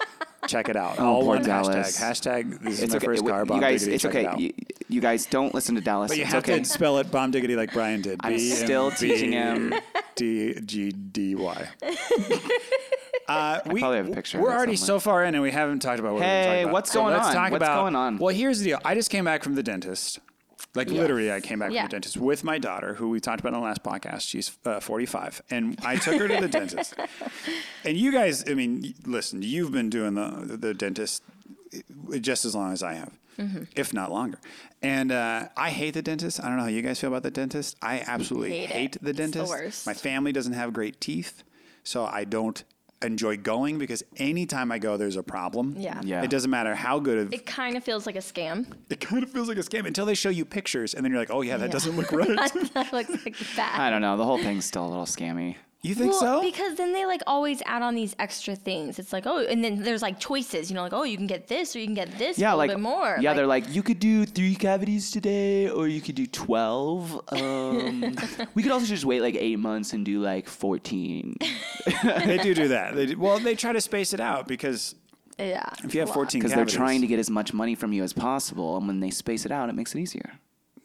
B: Check it out. All
A: Oh, poor
B: one
A: Dallas.
B: hashtag. Hashtag this is
A: It's
B: my
A: okay.
B: first
A: It-
B: car, bomb
A: you guys,
B: diggity.
A: it's
B: check
A: okay.
B: It out.
A: You, you guys don't listen to Dallas.
B: but you
A: it's
B: have
A: okay.
B: to spell it bomb diggity like Brian did.
A: I'm still teaching him.
B: D G D Y. Uh, we,
A: probably have a picture of
B: We're
A: it
B: already
A: somewhere.
B: so far in, and we haven't talked about what we're
A: Hey,
B: talking about.
A: what's
B: So
A: going
B: let's
A: on?
B: Talk
A: What's
B: about,
A: going on?
B: Well, here's the deal. I just came back from the dentist. Like literally, I came back
C: Yeah.
B: from the dentist with my daughter, who we talked about on the last podcast. She's uh, 45, and I took her to the dentist. And you guys, I mean, y- listen, you've been doing the the dentist eh, just as long as I have,
C: Mm-hmm.
B: if not longer. And uh, I hate the dentist. I don't know how you guys feel about the dentist. I absolutely
C: Hate
B: hate,
C: it.
B: the
C: It's the
B: dentist.
C: worst.
B: My family doesn't have great teeth, so I don't enjoy going because anytime I go, there's a problem.
C: Yeah.
A: Yeah.
B: It doesn't matter how good of
C: It kind of feels like a scam.
B: it kind of feels like a scam until they show you pictures and then you're like, oh yeah, that
C: Yeah.
B: doesn't look right.
C: that looks like
A: I
C: bad.
A: don't know. The whole thing's still a little scammy.
B: you think so?
C: because then they like always add on these extra things. It's like, oh, and then there's like choices, you know, like, oh, you can get this or you can get this
A: Yeah,
C: a little
A: like
C: bit more.
A: Yeah,
C: like,
A: they're like you could do three cavities today, or you could do twelve. Um, we could also just wait like eight months and do like fourteen.
B: they do do that. They do, well, they try to space it out because
C: yeah.
B: if you have 14
A: because they're
B: cavities-
A: trying to get as much money from you as possible, and when they space it out, it makes it easier.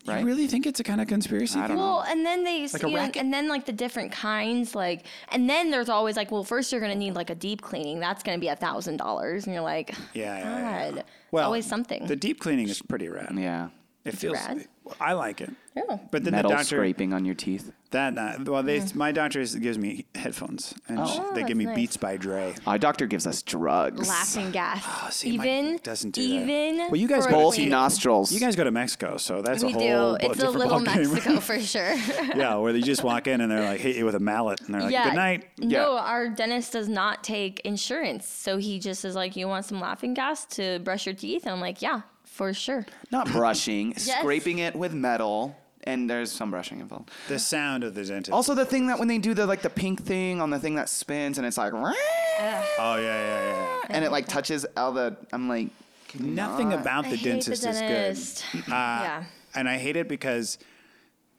A: Right?
B: You really think it's a kind of conspiracy? I
C: Well, and then they,
B: a
C: you know,
B: racket?
C: and then like the different kinds, like, and then there's always like, well, first you're gonna need like a deep cleaning. That's gonna be a thousand dollars, and you're like,
B: Yeah,
C: God,
B: yeah, yeah.
C: it's always something.
B: The deep cleaning is pretty rad.
A: Yeah.
B: It feels.
C: rad.
B: I like it.
C: Yeah.
B: But then
A: Metal
B: the doctor
A: scraping on your teeth.
B: that uh, well, they, my doctor is- gives me headphones and
C: Mm.
B: she-
C: Oh,
B: they
C: that's
B: give me
C: nice.
B: Beats by Dre.
A: Our doctor gives us drugs.
C: laughing gas.
B: Oh, see, Mike
C: even
B: doesn't do that.
C: even.
B: Well, you guys
C: for
B: both
A: Both
C: cleaning.
A: nostrils.
B: You guys go to Mexico, so that's
C: We
B: a whole.
C: do. It's
B: bu-
C: a
B: different
C: little
B: ballgame.
C: Mexico for sure.
B: yeah, where they just walk in and they're like hit you with a mallet and they're like, "Good night."
C: No,
A: Yeah.
C: our dentist does not take insurance. So he just is like, You want some laughing gas to brush your teeth? And I'm like, Yeah, for sure.
A: Not brushing, scraping it with metal, and there's some brushing involved.
B: The sound of the dentist.
A: Also, the thing that when they do the like the pink thing on the thing that spins, and it's like,
B: oh yeah, yeah,
C: Ah,
B: yeah.
A: and it like touches all the. I'm like,
B: yeah. Nothing about the
C: I hate the
B: dentist is good. Ah.
C: dentist. yeah.
B: And I hate it because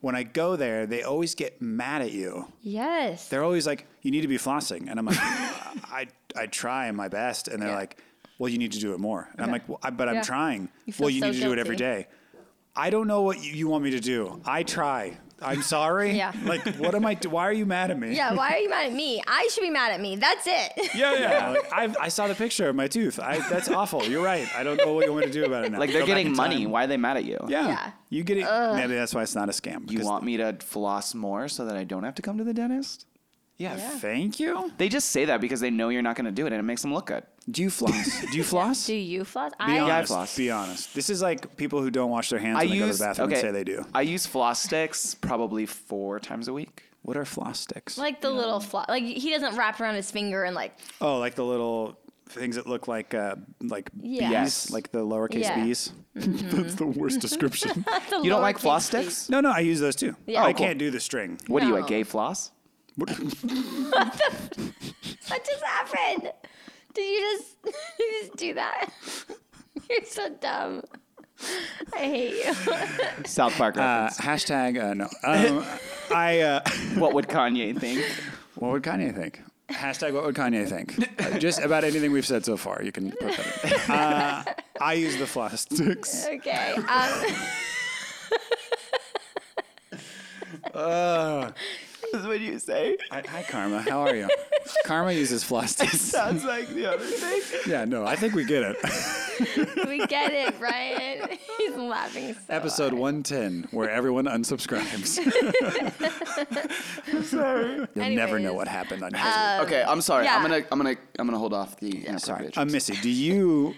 B: when I go there, they always get mad at you.
C: Yes.
B: They're always like, "You need to be flossing," and I'm like, "I I try my best," and they're
C: Yeah.
B: like, "Well, you need to do it more," and I'm like, well, I, "But
C: Yeah.
B: I'm trying."
C: You feel
B: well, you
C: so
B: need to do it every
C: guilty.
B: day. I don't know what you, you want me to do. I try. I'm sorry.
C: Yeah.
B: Like, what am I? Do- why are you mad at me?
C: yeah. Why are you mad at me? I should be mad at me. That's it.
B: Yeah, yeah. Like, I've, I saw the picture of my tooth. I, that's awful. You're right. I don't know what you want me to do about it now.
A: like they're
B: Go back
A: getting
B: in
A: money.
B: time.
A: Why are they mad at you?
B: Yeah.
C: Yeah.
B: You get it. Maybe that's why it's not a scam.
A: You
B: because-
A: want me to floss more so that I don't have to come to the dentist?
B: Yeah,
C: Yeah.
B: Thank you.
A: They just say that because they know you're not going to do it, and it makes them look good.
B: Do you floss? do you floss?
C: Do you floss?
B: Be
C: I
B: honest.
A: floss.
B: Be honest. This is like people who don't wash their hands
A: I
B: when they go to
A: use
B: the bathroom
A: okay.
B: and say they do.
A: I use floss sticks probably four times a week.
B: What are floss sticks?
C: like the little floss. Like he doesn't wrap around his finger and like,
B: oh, like the little things that look like uh, like
C: Yeah.
B: bees,
A: Yes.
B: like the lowercase
C: Yeah. Mm-hmm.
B: bees. that's the worst description.
C: the
A: You don't like
C: lowercase
A: floss
C: b.
A: sticks?
B: no, no, I use those too.
C: Yeah.
B: I
C: Oh,
A: cool.
B: can't do the string.
A: What are you, a
C: No.
A: gay floss?
C: What just happened? Did you just, you just do that? You're so dumb. I hate you.
A: South Park
B: Uh,
A: reference.
B: hashtag uh, no. Um, I. Uh,
A: what would Kanye think?
B: What would Kanye think? Hashtag what would Kanye think? Uh, Just about anything we've said so far, you can put that. in. Uh, I use the floss sticks.
C: Okay. Um,
A: Is what you say?
B: Hi, hi, Karma. How are you? Karma uses floss.
A: Sounds like the other thing.
B: yeah, no, I think we get it.
C: we get it, Ryan. He's laughing. So
B: Episode 110, where everyone unsubscribes.
A: Sorry.
B: You'll never know
C: Anyways. uh,
B: what happened on YouTube.
A: okay, I'm sorry.
C: yeah.
A: I'm gonna I'm gonna I'm gonna hold off the
B: Sorry.
A: inappropriate.
B: Uh, Missy, do you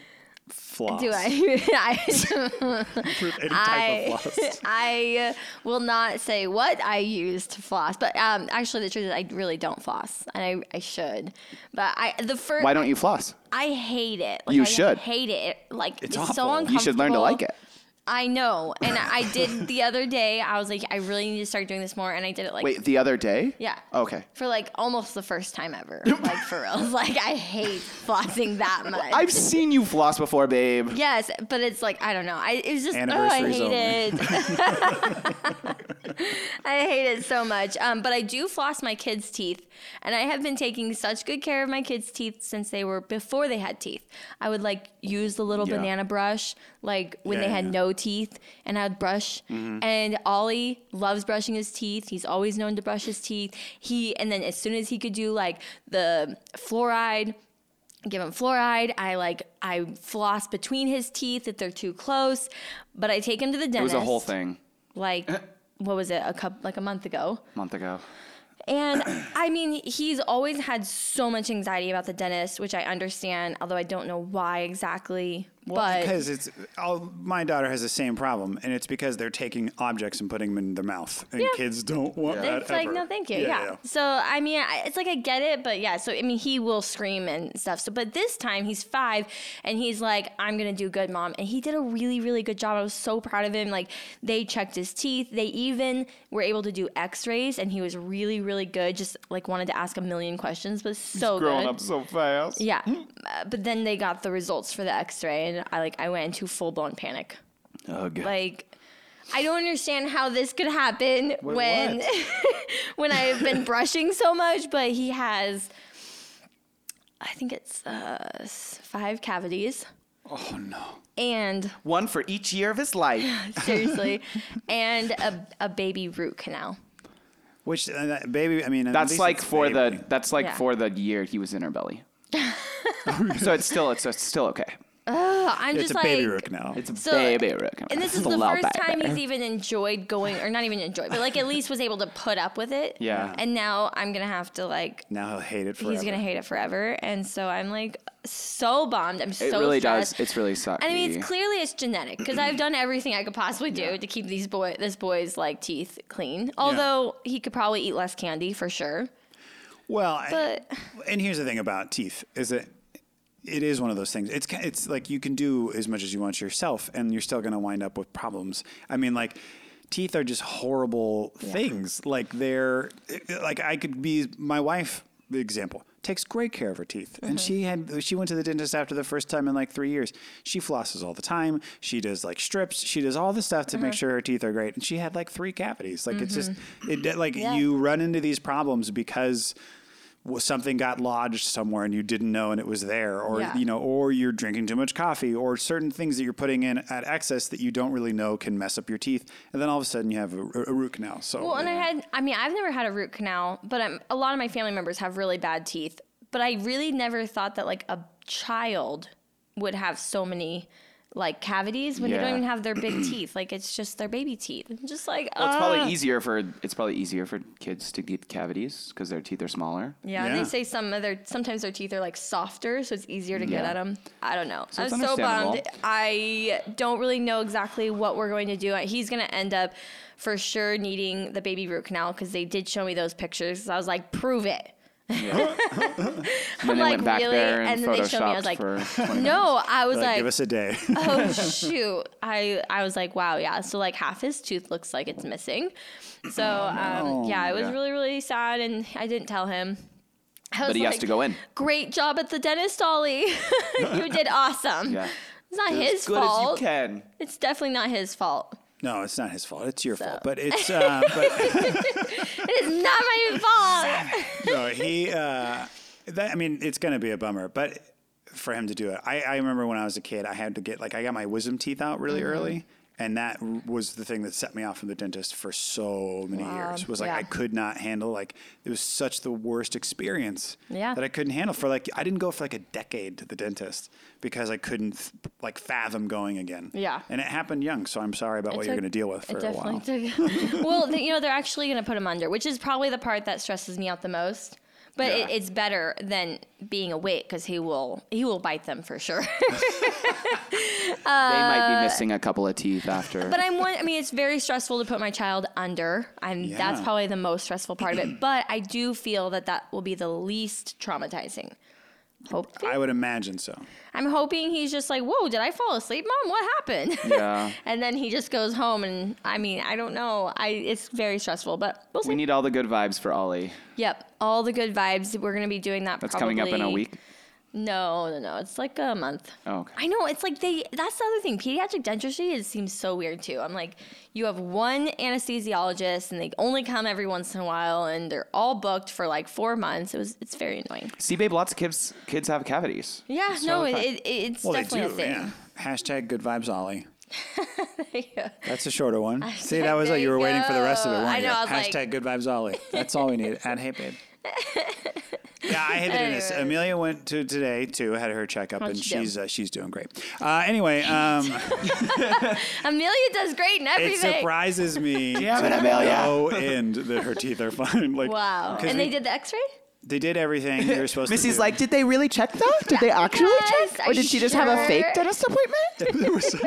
B: floss?
C: Do I?
B: Prove Any type
C: I,
B: of floss?
C: I uh, will not say what I use to floss, but um, actually, the truth is, I really don't floss, and I, I should. But I the first
A: Why don't you floss?
C: I hate it. Like,
A: You
C: I
A: should.
C: hate it. Like it's, so
B: awful.
C: uncomfortable.
A: You should learn to like it.
C: I know, and I I did the other day. I was like, I really need to start doing this more, and I did it like
A: Wait, the other day?
C: yeah.
A: Okay.
C: For like almost the first time ever, like for real. Like I hate flossing that much.
A: I've seen you floss before, babe.
C: Yes, but it's like I don't know. I it's just oh, I
B: Anniversaries
C: hate it. I hate it so much. Um, but I do floss my kids' teeth, and I have been taking such good care of my kids' teeth since they were before they had teeth. I would like use the little
B: Yeah.
C: banana brush, like when
B: Yeah,
C: they had
B: yeah. Mm-hmm.
C: no teeth, and I would brush. And Ollie loves brushing his teeth. He's always known to brush his teeth. He and then as soon as he could do like the fluoride give him fluoride. I like I floss between his teeth if they're too close, but I take him to the dentist.
A: It was a whole thing
C: Like what was it? A couple like a month ago.
A: a month ago.
C: And I mean, he's always had so much anxiety about the dentist, which I understand, although I don't know why exactly. but
B: Because it's all, my daughter has the same problem, and it's because they're taking objects and putting them in their mouth, and
C: Yeah.
B: kids don't want that.
C: it's like
B: ever.
C: no thank you yeah, so i mean I, it's like i get it but yeah so i mean he will scream and stuff so but this time he's five and he's like i'm gonna do good mom and he did a really really good job i was so proud of him like they checked his teeth they even were able to do x-rays and he was really really good just like wanted to ask a million questions but so good
A: so fast.
C: yeah Uh, but then they got the results for the x-ray and i like i went into full-blown panic
A: Ugh.
C: like I don't understand how this could happen when
B: what?
C: when I've been brushing so much, but he has I think it's uh, s- five cavities
B: Oh no.
C: and
A: One for each year of his life.
C: seriously and a, a baby root canal.
B: Which uh, that baby? I mean, at
A: That's
B: least
A: like
B: it's
A: for
B: baby.
A: the that's like
C: Yeah.
A: for the year he was in her belly. so it's still it's, it's still okay.
C: Ugh, I'm
B: It's
C: just
B: a
C: like
B: baby rook now.
A: It's a
C: So-
A: baby rook.
C: And this is
A: It's a
C: the
A: little
C: first
A: baby.
C: time he's even enjoyed going, or not even enjoyed, but like at least was able to put up with it.
A: Yeah.
C: And now I'm gonna have to like
B: now he'll hate it forever.
C: he's gonna hate it forever, and so I'm like so bummed. I'm so
A: It really
C: stressed.
A: does. It's really sucky.
C: And I mean, it's clearly it's genetic because I've done everything I could possibly do to keep these boy this boy's like teeth clean. Although he could probably eat less candy for sure.
B: Well, I-
C: But
B: and here's the thing about teeth is that it is one of those things. It's ki- it's like you can do as much as you want yourself, and you're still going to wind up with problems. I mean, like teeth are just horrible things. Like they're like I could be my wife. The example takes great care of her teeth, and she had she went to the dentist after the first time in like three years. She flosses all the time. She does like strips. She does all this stuff to make sure her teeth are great. And she had like three cavities. Like it's just it like
C: Yeah.
B: you run into these problems because w- something got lodged somewhere and you didn't know and it was there or
C: Yeah.
B: you know or you're drinking too much coffee or certain things that you're putting in at excess that you don't really know can mess up your teeth and then all of a sudden you have a, a root canal so
C: well, and I had I mean, I've never had a root canal, but i a lot of my family members have really bad teeth. But I really never thought that like a child would have so many like cavities when they
A: Yeah.
C: don't even have their big teeth. Like it's just their baby teeth. I'm just like
A: Well, it's
C: ah.
A: probably easier for it's probably easier for kids to get cavities because their teeth are smaller.
C: Yeah, and
B: Yeah.
C: they say some other sometimes their teeth are like softer, so it's easier to get
A: Yeah.
C: at them. I don't know. I'm
A: it's
C: so
A: understandable.
C: bummed. I don't really know exactly what we're going to do. He's going to end up for sure needing the baby root canal because they did show me those pictures. So I was like, prove it.
A: And then
C: I'm
A: they
C: like,
A: went back
C: really?
A: there and,
C: And then they showed me, I
A: photoshopped
C: was like,
A: for 20
C: No, I was
B: like,
C: like,
B: give us a day
C: oh shoot. I I was like, wow, yeah. So like half his tooth looks like it's missing. So um, yeah, it was
A: Oh, Yeah.
C: really really sad, and I didn't tell him. I was
A: But he has
C: like,
A: to go in.
C: great job at the dentist, Ollie. you did awesome.
A: Yeah.
C: It's not his
A: as good
C: fault.
A: as you can.
C: It's definitely not his fault.
B: no it's not his fault it's your fault but it's uh, but
C: It's not my fault.
B: no he uh, that, i mean it's gonna be a bummer but
C: Mm-hmm.
B: for him to do it I, I remember when i was a kid i had to get like i got my wisdom teeth out really early And that r- was the thing that set me off from the dentist for so many
C: Wow.
B: years. Was like
C: Yeah.
B: I could not handle like it was such the worst experience
C: Yeah.
B: that I couldn't handle for like I didn't go for like a decade to the dentist because I couldn't th- like fathom going again.
C: Yeah.
B: And it happened young, so I'm sorry about what you're
C: took-
B: going to deal with
C: it
B: for a
C: definitely
B: while.
C: took- well, th- you know, they're actually going to put him under, which is probably the part that stresses me out the most. But it,
B: Yeah.
C: it's better than being awake because he will he will bite them for sure.
A: they might be missing a couple of teeth after.
C: Uh, but I'm one. I mean, it's very stressful to put my child under. I'm that's
B: Yeah.
C: probably the most stressful part of it. But I do feel that that will be the least traumatizing. Hope,
B: I would imagine so.
C: I'm hoping he's just like, whoa, did I fall asleep, mom? What happened?
A: Yeah.
C: and then he just goes home, and I mean, I don't know. I it's very stressful, but we'll see.
A: we need all the good vibes for Ollie.
C: Yep, all the good vibes. We're gonna be doing that.
A: That's
C: probably.
A: coming up in a week.
C: No, no, no. It's like a month.
A: Oh, okay.
C: I know. It's like they. That's the other thing. Pediatric dentistry is, seems so weird too. I'm like, you have one anesthesiologist, and they only come every once in a while, and they're all booked for like four months. It was. It's very annoying.
A: See, babe, lots of kids kids have cavities.
C: Yeah.
A: It's
C: no.
A: totally
C: It,
A: fine.
C: it, it's
B: Well,
C: definitely
B: they
C: a
B: do.
C: thing.
B: Yeah. Hashtag good vibes, Ollie.
C: Yeah.
B: That's a shorter one. See, that was
C: There
B: like you
C: you
B: were waiting for the rest of it,
C: go.
B: weren't
C: I know,
B: you?
C: I was like-
B: Hashtag good vibes, Ollie. That's all we need. At hey babe. yeah, I hated this.
C: Anyways.
B: Amelia went to today too, had her checkup,
C: How'd
B: and
C: she do?
B: she's uh, she's doing great. Uh, anyway, um,
C: Amelia does great in
B: it
C: everything.
B: surprises me.
A: Damn it,
B: to
A: Amelia.
B: No end that her teeth are fine. Like
C: wow.
B: 'cause
C: And
B: we-
C: they did the X-ray.
B: they did everything they were supposed to.
A: Missy's
B: do.
A: like, did they really check though? Did they actually
C: Yes,
A: check,
C: are
A: or did she just have
C: sure?"
A: a fake dentist appointment?
B: There was-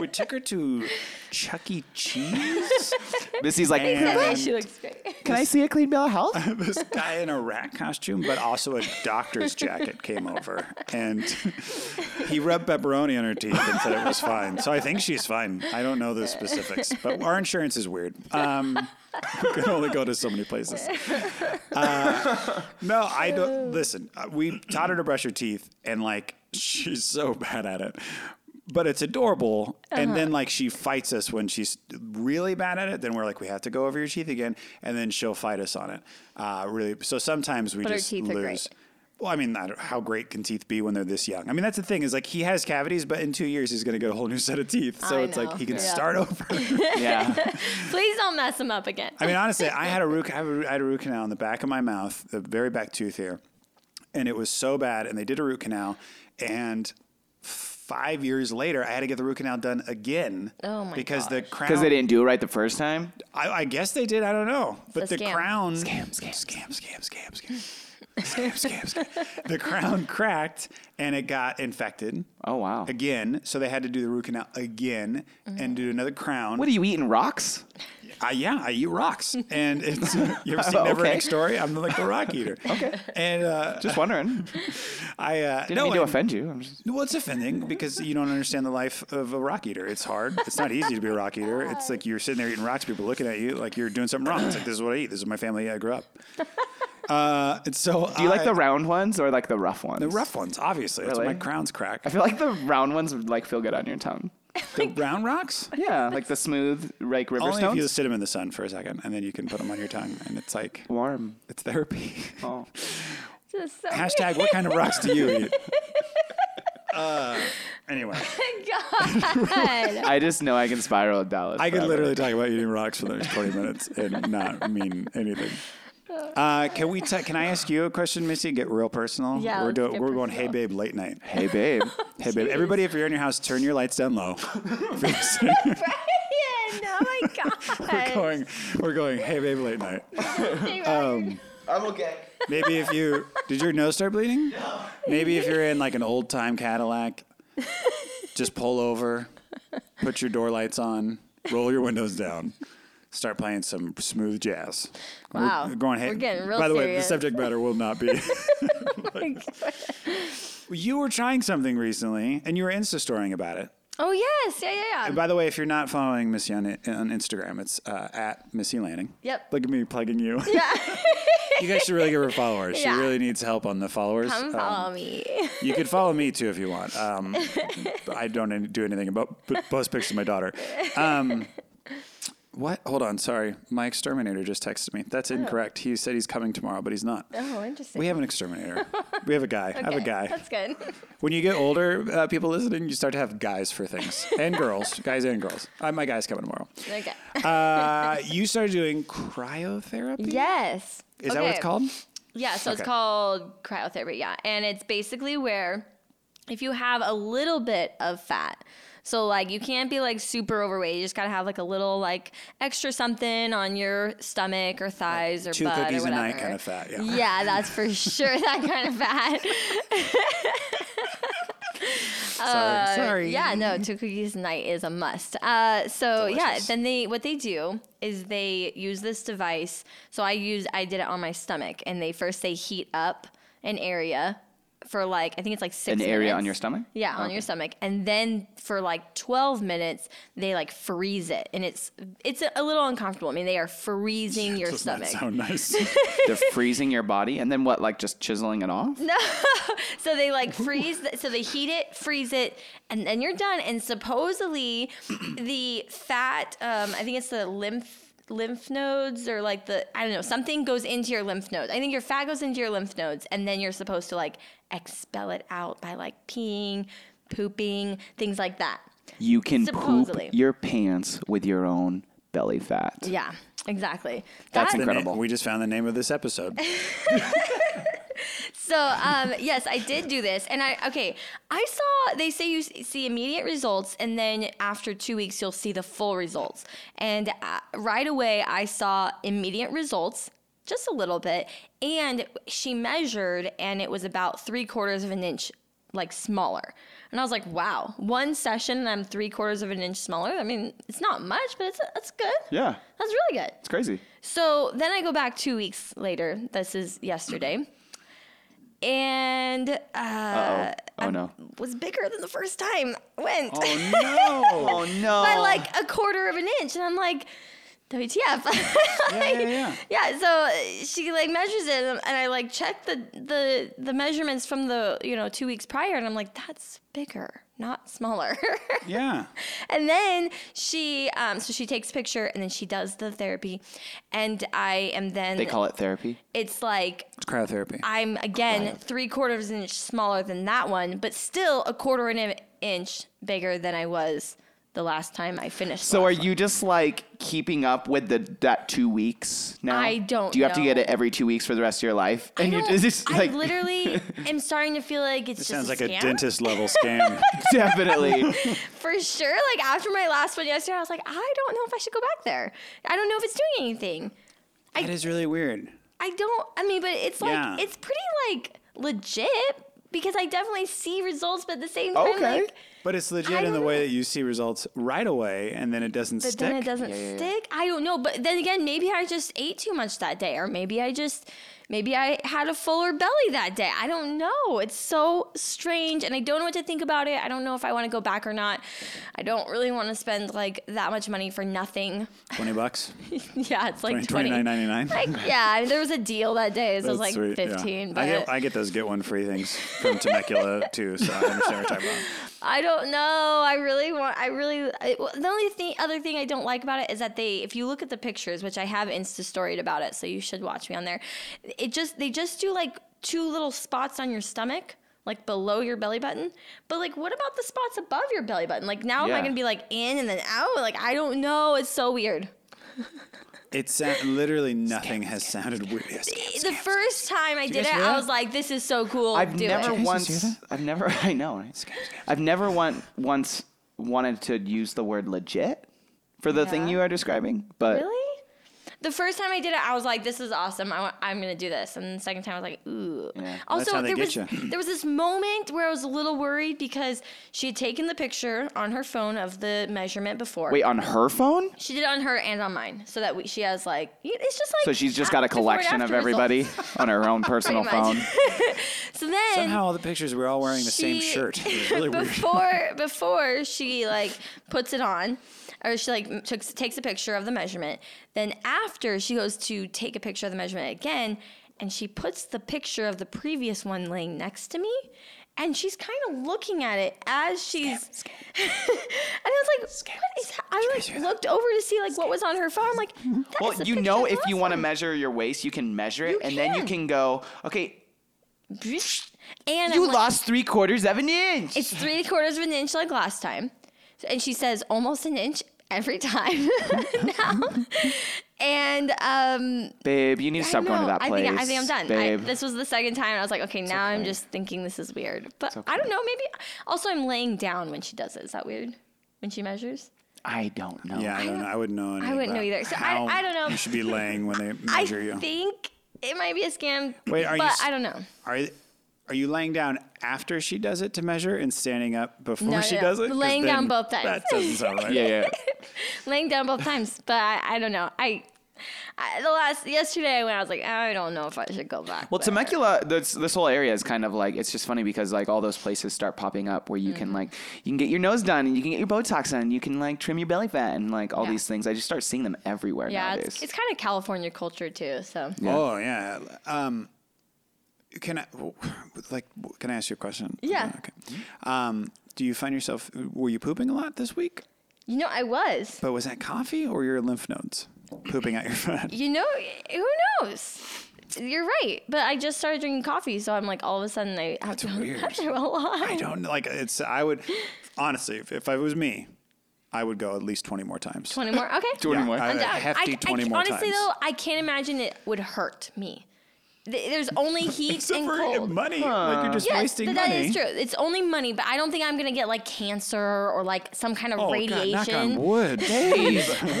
B: we took her to Chuck E. Cheese.
A: Missy's like,
B: And-
A: "Can I-
C: she looks great.
A: can I see a clean bill of health?
B: this guy in a rat costume, but also a doctor's jacket came over and he rubbed pepperoni on her teeth and said it was fine. So I think she's fine. I don't know the specifics, but our insurance is weird. Um, we can only go to so many places. Uh, no, I don't. Listen, uh, we taught her to brush her teeth and like she's so bad at it. But it's adorable, and
C: Uh-huh.
B: then like she fights us when she's really bad at it. Then we're like, we have to go over your teeth again, and then she'll fight us on it. Uh, really, so sometimes we
C: her
B: just
C: teeth are
B: lose.
C: great.
B: Well, I mean, I don't- how great can teeth be when they're this young? I mean, that's the thing is like he has cavities, but in two years he's going to get a whole new set of teeth. So
C: I
B: it's like
C: know.
B: he can
C: Yeah.
B: start over.
A: yeah,
C: Please don't mess him up again.
B: I mean, honestly, I had a root, I, have a, root- I had a root canal in the back of my mouth, the very back tooth here, and it was so bad. And they did a root canal, and five years later, I had to get the root canal done again.
C: Oh my
B: Because the crown,
A: because they didn't do it right the first time.
B: I, I guess they did. I don't know. But
C: a
B: the
C: scam.
B: crown
A: Scam, scam,
B: scam, scam, scam, scam. Scam, scam, scam. The crown cracked and it got infected
A: Oh wow.
B: again. So they had to do the root canal again and do another crown.
A: What are you eating? Rocks?
B: I, yeah, I eat rocks, and it's you ever seen
A: Oh,
B: Never
A: okay.
B: Ending Story? I'm like the rock eater. okay, and uh,
A: Just wondering.
B: I uh,
A: Didn't
B: no,
A: mean to
B: and-
A: offend you. I'm just,
B: Well, it's offending because you don't understand the life of a rock eater. It's hard. It's not easy to be a rock eater. It's like you're sitting there eating rocks, people looking at you like you're doing something wrong. It's like this is what I eat. This is my family. I grew up. Uh, and so
A: do you like the round ones or like the rough ones?
B: the rough ones? Obviously, that's
A: Really?
B: why my crown's crack.
A: I feel like the round ones would like feel good on your tongue.
B: The brown rocks.
A: Yeah, like the smooth like river
B: Only if
A: stones.
B: you sit them in the sun for a second, and then you can put them on your tongue, and it's like
A: Warm.
B: it's therapy.
A: Oh.
C: This is so
B: Hashtag what kind of rocks do you eat? anyway,
C: God.
A: I just know I can spiral with Dallas.
B: I could
A: forever.
B: literally talk about eating rocks for the next 20 minutes and not mean anything. Uh, can we? ta can I ask you a question, Missy? Get real personal.
C: Yeah,
B: we're
C: let's
B: doing.
C: get
B: We're going. Hey,
C: personal.
B: babe, late night.
A: Hey babe.
B: Hey, babe. Everybody, if you're in your house, turn your lights down low.
C: Brian, oh my God.
B: we're going. um, We're going. Hey, babe, late night.
A: I'm okay.
B: Maybe if you did your nose start bleeding? No. Maybe if you're in like an old time Cadillac, just pull over, put your door lights on, roll your windows down, start playing some smooth jazz.
C: Wow.
B: We're going hey.
C: We're getting real
B: By the way, the
C: serious.
B: subject matter will not be. you were trying something recently, and you were Insta storying about it.
C: oh, yes. Yeah, yeah,
B: And
C: yeah.
B: by the way, if you're not following Missy on, on Instagram, it's uh, at Missy Lanning.
C: Yep.
B: Look at me plugging you. Yeah.
C: Um,
B: you guys should really give her followers.
C: Yeah.
B: She really needs help on the followers.
C: Come
B: Um,
C: follow me.
B: you could follow me too if you want. Um, but I don't any- do anything about but post pictures of my daughter. Um, What? Hold on. Sorry. My exterminator just texted me. That's incorrect. He said he's coming tomorrow, but he's not.
C: Oh, interesting.
B: We have an exterminator. we have a guy. I have a
C: Okay,
B: guy.
C: That's good.
B: When you get older, uh, people listening, you start to have guys for things and girls, guys and girls. Uh, my guy's coming tomorrow.
C: Okay.
B: Uh, you started doing cryotherapy.
C: yes.
B: Is that what it's
C: Okay.
B: called?
C: Yeah, so it's
B: Okay.
C: called cryotherapy. Yeah. And it's basically where if you have a little bit of fat, so like you can't be like super overweight, you just gotta have like a little like extra something on your stomach or thighs or
B: two
C: butt
B: cookies
C: or
B: a
C: whatever.
B: night kind of fat, yeah.
C: Yeah, that's for sure that kind of fat.
B: sorry. Sorry.
C: Uh, Yeah, no, two cookies a night is a must. Uh, so yeah,
B: Delicious.
C: then they what they do is they use this device. So I use I did it on my stomach, and they first they heat up an area for like I think it's like six
A: An area on
C: minutes.
A: your stomach?
C: Yeah, on your stomach, and then for like twelve minutes they like freeze it, and it's it's a little uncomfortable. I mean, they are freezing your
B: Doesn't that
C: stomach.
B: sound nice?
A: They're freezing your body and then what, like just chiseling it off?
C: So they like freeze. The, so they heat it, freeze it, and then you're done. And supposedly, the fat. Um, I think it's the lymph lymph nodes or like the I don't know something goes into your lymph nodes. I think your fat goes into your lymph nodes, and then you're supposed to like expel it out by like peeing, pooping, things like that.
A: You can
C: Supposedly.
A: poop your pants with your own belly fat.
C: Yeah, exactly.
A: That's
C: That-
B: The na-
A: Incredible.
B: we just found the name of this episode.
C: So um, yes, I did do this, and I okay. I saw they say you s- see immediate results, and then after two weeks you'll see the full results. And uh, right away, I saw immediate results, just a little bit, and she measured, and it was about three quarters of an inch like smaller. And I was like, wow, one session and I'm three quarters of an inch smaller. I mean, it's not much, but it's that's good.
A: Yeah.
C: That's really good.
A: It's crazy.
C: So then I go back two weeks later. This is yesterday. And uh,
A: Uh oh. Oh no.
C: was bigger than the first time I went
B: no.
A: Oh no.
C: by like a quarter of an inch. And I'm like, WTF.
B: yeah, yeah, yeah.
C: Yeah, so uh, she like measures it, and and I like check the the the measurements from the you know two weeks prior, and I'm like, that's bigger, not smaller.
B: Yeah.
C: and then she, um, so she takes a picture, and then she does the therapy, and I am then
A: they call it therapy.
C: it's like
B: It's cryotherapy.
C: I'm again three quarters of an inch smaller than that one, but still a quarter of an inch bigger than I was the last time I finished.
A: So
C: last
A: are you just like keeping up with the that two weeks now?
C: I don't
A: Do you have to
C: know.
A: get it every two weeks for the rest of your life?
C: I
A: And
C: don't-
A: you just
C: I
A: like
C: literally am starting to feel like it's just
B: Sounds
C: a
B: like
C: scam.
B: a dentist level scam.
A: definitely.
C: for sure. Like after my last one yesterday, I was like, I don't know if I should go back there. I don't know if it's doing anything.
B: that is really weird.
C: I don't. I mean, but it's like
B: Yeah.
C: it's pretty like legit because I definitely see results, but at the same time,
A: Okay.
C: like
B: But it's
C: I
B: legit in the
C: don't
B: way
C: know.
B: that you see results right away and then it doesn't
C: But
B: stick.
C: then it doesn't
A: Yeah, yeah, yeah.
C: stick. I don't know. But then again, maybe I just ate too much that day, or maybe I just maybe I had a fuller belly that day. I don't know. It's so strange, and I don't know what to think about it. I don't know if I want to go back or not. I don't really want to spend like that much money for nothing.
B: 20 bucks.
C: yeah, it's like
B: 20,
C: twenty.
B: 29.99.
C: Like, yeah, I mean, there was a deal that day, so it was
B: That's
C: like
B: sweet, yeah.
C: fifteen.
B: I
C: But
B: get, I get those get one free things from Temecula too, so I understand what you're talking about.
C: I don't know. I really want. I really. I, well, the only thing, other thing I don't like about it is that they, if you look at the pictures, which I have Insta storied about it, so you should watch me on there. It just they just do like two little spots on your stomach, like below your belly button. But like, what about the spots above your belly button? Like now, am I
A: Yeah.
C: gonna be like in and then out? Like I don't know. It's so weird.
B: It's literally nothing has sounded weird. Yes, yes.
C: The first time I did
B: guys
C: it,
B: hear
C: I
B: that?
C: was like, this is so cool.
A: I've
C: do
A: never
C: it.
B: you
A: once.
B: guys hear
A: I've never. I know. Right? I've never want, once wanted to use the word legit for the
C: Yeah.
A: thing you are describing, but
C: Really? The first time I did it, I was like, "This is awesome. I want, I'm gonna do this." And the second time, I was like, "Ooh."
A: Yeah,
C: also,
B: how they
C: there was
B: get ya.
C: there was this moment where I was a little worried because she had taken the picture on her phone of the measurement before.
A: wait, on her phone.
C: She did it on her and on mine, so that we, she has like it's just like.
A: So she's just got a
C: after- before and
A: collection of
C: after results.
A: everybody on her own personal
C: Pretty much.
A: phone.
C: So then
B: Somehow all the pictures we're all wearing the same
C: she-
B: shirt. It was really weird.
C: before before she like puts it on or she like m- took, takes a picture of the measurement then after she goes to take a picture of the measurement again and she puts the picture of the previous one laying next to me and she's kind of looking at it as she's and i was like what is that I like looked over to see like what was on her phone. I'm like, that
A: Well,
C: is a
A: you
C: picture
A: know,
C: of
A: if you want to
C: awesome.
A: measure your waist, you can measure it,
C: You
A: and then you
C: can.
A: can go, okay,
C: and
A: you
C: I'm like,
A: lost three quarters of an inch.
C: it's three quarters of an inch like last time, So- and she says almost an inch every time now. And um,
A: Babe, you need to stop
C: I
A: going to
C: know.
A: that place.
C: I think, I think I'm done.
A: Babe.
C: I, this was the second time, and I was like, okay, now I'm
A: okay.
C: just thinking this is weird. But
A: okay.
C: I don't know. Maybe also I'm laying down when she does it. Is that weird? When she measures?
A: I don't know.
B: Yeah, I don't know. I wouldn't know. anything
C: wouldn't
B: about
C: know either. So I-
B: how
C: I don't know.
B: You should be laying when they measure
C: I
B: you.
C: think it might be a scam.
B: Wait, are you
C: but
B: s-
C: I don't know.
B: Are are you laying down after she does it to measure and standing up before
C: No,
B: she
C: no, no.
B: does it? 'Cause
C: Laying down
B: then
C: both times.
B: That doesn't sound right.
A: Yeah, yeah.
C: Laying down both times, but I, I don't know. I, I the last yesterday when I was like, I don't know if I should go back.
A: Well,
C: but-
A: Temecula, this this whole area is kind of like it's just funny because like all those places start popping up where you
C: Mm-hmm.
A: can like you can get your nose done and you can get your Botox done and you can like trim your belly fat and like all
C: Yeah.
A: these things. I just start seeing them everywhere
C: Yeah,
A: nowadays.
C: it's, it's kind of California culture too. So
B: Oh yeah. Um, can I like can I ask you a question? Uh,
C: Yeah.
B: Okay. Um, do you find yourself were you pooping a lot this week?
C: you know, I was.
B: But was that coffee or your lymph nodes pooping out your foot?
C: You know, who knows? You're right, but I just started drinking coffee, so I'm like, all of a sudden, I have
B: That's
C: to
B: weird.
C: have to a lot.
B: I don't like it's. I would honestly, if, if I was me, I would go at least twenty more times.
C: Twenty more, okay.
A: Twenty more.
B: I-
C: I'm down.
B: a
C: I-
B: hefty
C: I-
B: 20 more
C: Honestly,
B: times.
C: though, I can't imagine it would hurt me. Th- There's only heat
B: Except
C: and
B: for
C: cold.
B: money, like you're just
C: Yes,
B: wasting
C: th- that
B: money.
C: is true. It's only money, but I don't think I'm gonna get like cancer or like some kind of
B: Oh,
C: radiation.
B: God, knock on wood. Jeez.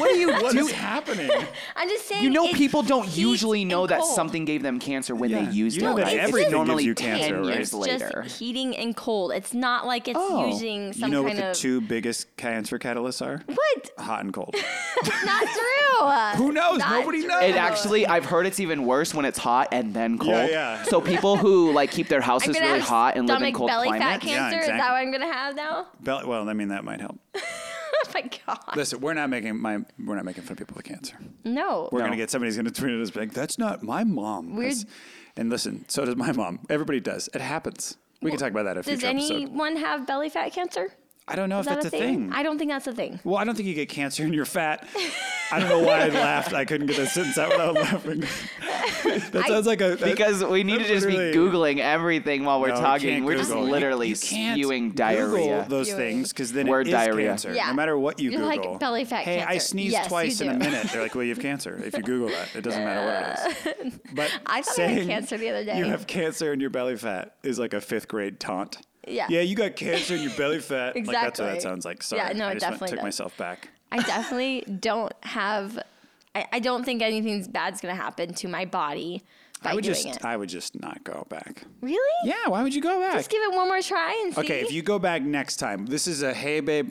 A: what do you
B: what
A: do?
B: is happening?
C: I'm just saying.
A: You know,
C: it's
A: people don't
C: heat
A: usually know
C: and
A: that
C: cold.
A: something gave them cancer when
B: Yeah.
A: they used
B: You know
A: it.
B: that
A: right? It's
B: everything gives
A: normally
B: you
A: ten
B: cancer, right?
A: years
C: It's
A: later.
C: just heating and cold. It's not like it's
A: Oh.
C: using
B: You
C: some
B: know what
C: kind
B: the
C: of
B: two biggest cancer catalysts are?
C: what?
B: Hot and cold.
C: Not true.
B: Who knows?
C: Not
B: Nobody
C: true.
B: knows.
A: It actually, I've heard it's even worse when it's hot and then cold.
B: yeah.
A: So people who like keep their
C: I'm
A: houses
C: gonna
A: really
C: have
A: hot and live in
C: stomach
A: cold
C: belly fat
A: climates.
C: cancer. Is
B: exactly.
C: that what I'm gonna have now?
B: Bel- well, I mean that might help.
C: oh my god.
B: Listen, we're not making my we're not making fun of people with cancer.
C: No.
B: We're gonna get somebody's gonna tweet at us like, "That's not my mom."
C: Weird.
B: That's- And listen, so does my mom. Everybody does. It happens. We can talk about that in a
C: Does
B: future episode.
C: anyone have belly fat cancer?
B: I don't know
C: Is
B: if
C: that
B: that's
C: a thing? I don't think that's a thing.
B: well, I don't think you get cancer and you're fat. I don't know why I laughed. I couldn't get a sentence out without laughing. that sounds like a
A: Because we need to just be
B: literally-
A: googling everything while we're
B: No, you
A: talking.
B: can't
A: We're
B: Google.
A: just literally
B: You can't
A: spewing
B: Google
A: diarrhea.
B: Those
C: Spewing.
B: things because then
A: Word
B: it is
A: diarrhea.
B: cancer.
C: Yeah.
B: No matter what you
C: You're like
B: Google.
C: belly fat
B: Hey, I
C: cancer.
B: sneezed
C: Yes, you
B: twice in a
C: do.
B: minute. They're like, well, you have cancer. If you Google that, it doesn't matter what it is. But
C: I thought I had
B: saying
C: cancer the other day.
B: You have cancer in your belly fat is like a fifth grade taunt.
C: Yeah.
B: Yeah, you got cancer in your belly fat. Like, that's what
C: Exactly.
B: that sounds like. Sorry.
C: Yeah, no,
B: I
C: it
B: just went-
C: definitely
B: took
C: does.
B: myself back.
C: I definitely don't have. I, I don't think anything bad's gonna happen to my body by
B: I would
C: doing
B: just,
C: it.
B: I would just not go back.
C: really?
B: Yeah, why would you go back?
C: Just give it one more try and see.
B: okay, if you go back next time, this is a Hey Babe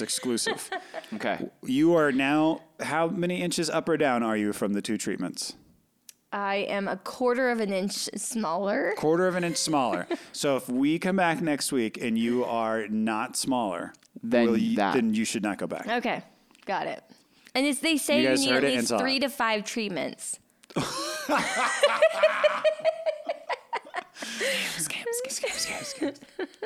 B: exclusive.
A: Okay.
B: You are now how many inches up or down are you from the two treatments?
C: I am a quarter of an inch smaller.
B: Quarter of an inch smaller. so if we come back next week and you are not smaller,
A: Then
B: will you,
A: that.
B: then you should not go back.
C: Okay, got it. And it's, they say
B: You
C: you,
B: guys
C: need
B: heard
C: at
B: it and
C: least
B: saw it.
C: three to five treatments.
B: You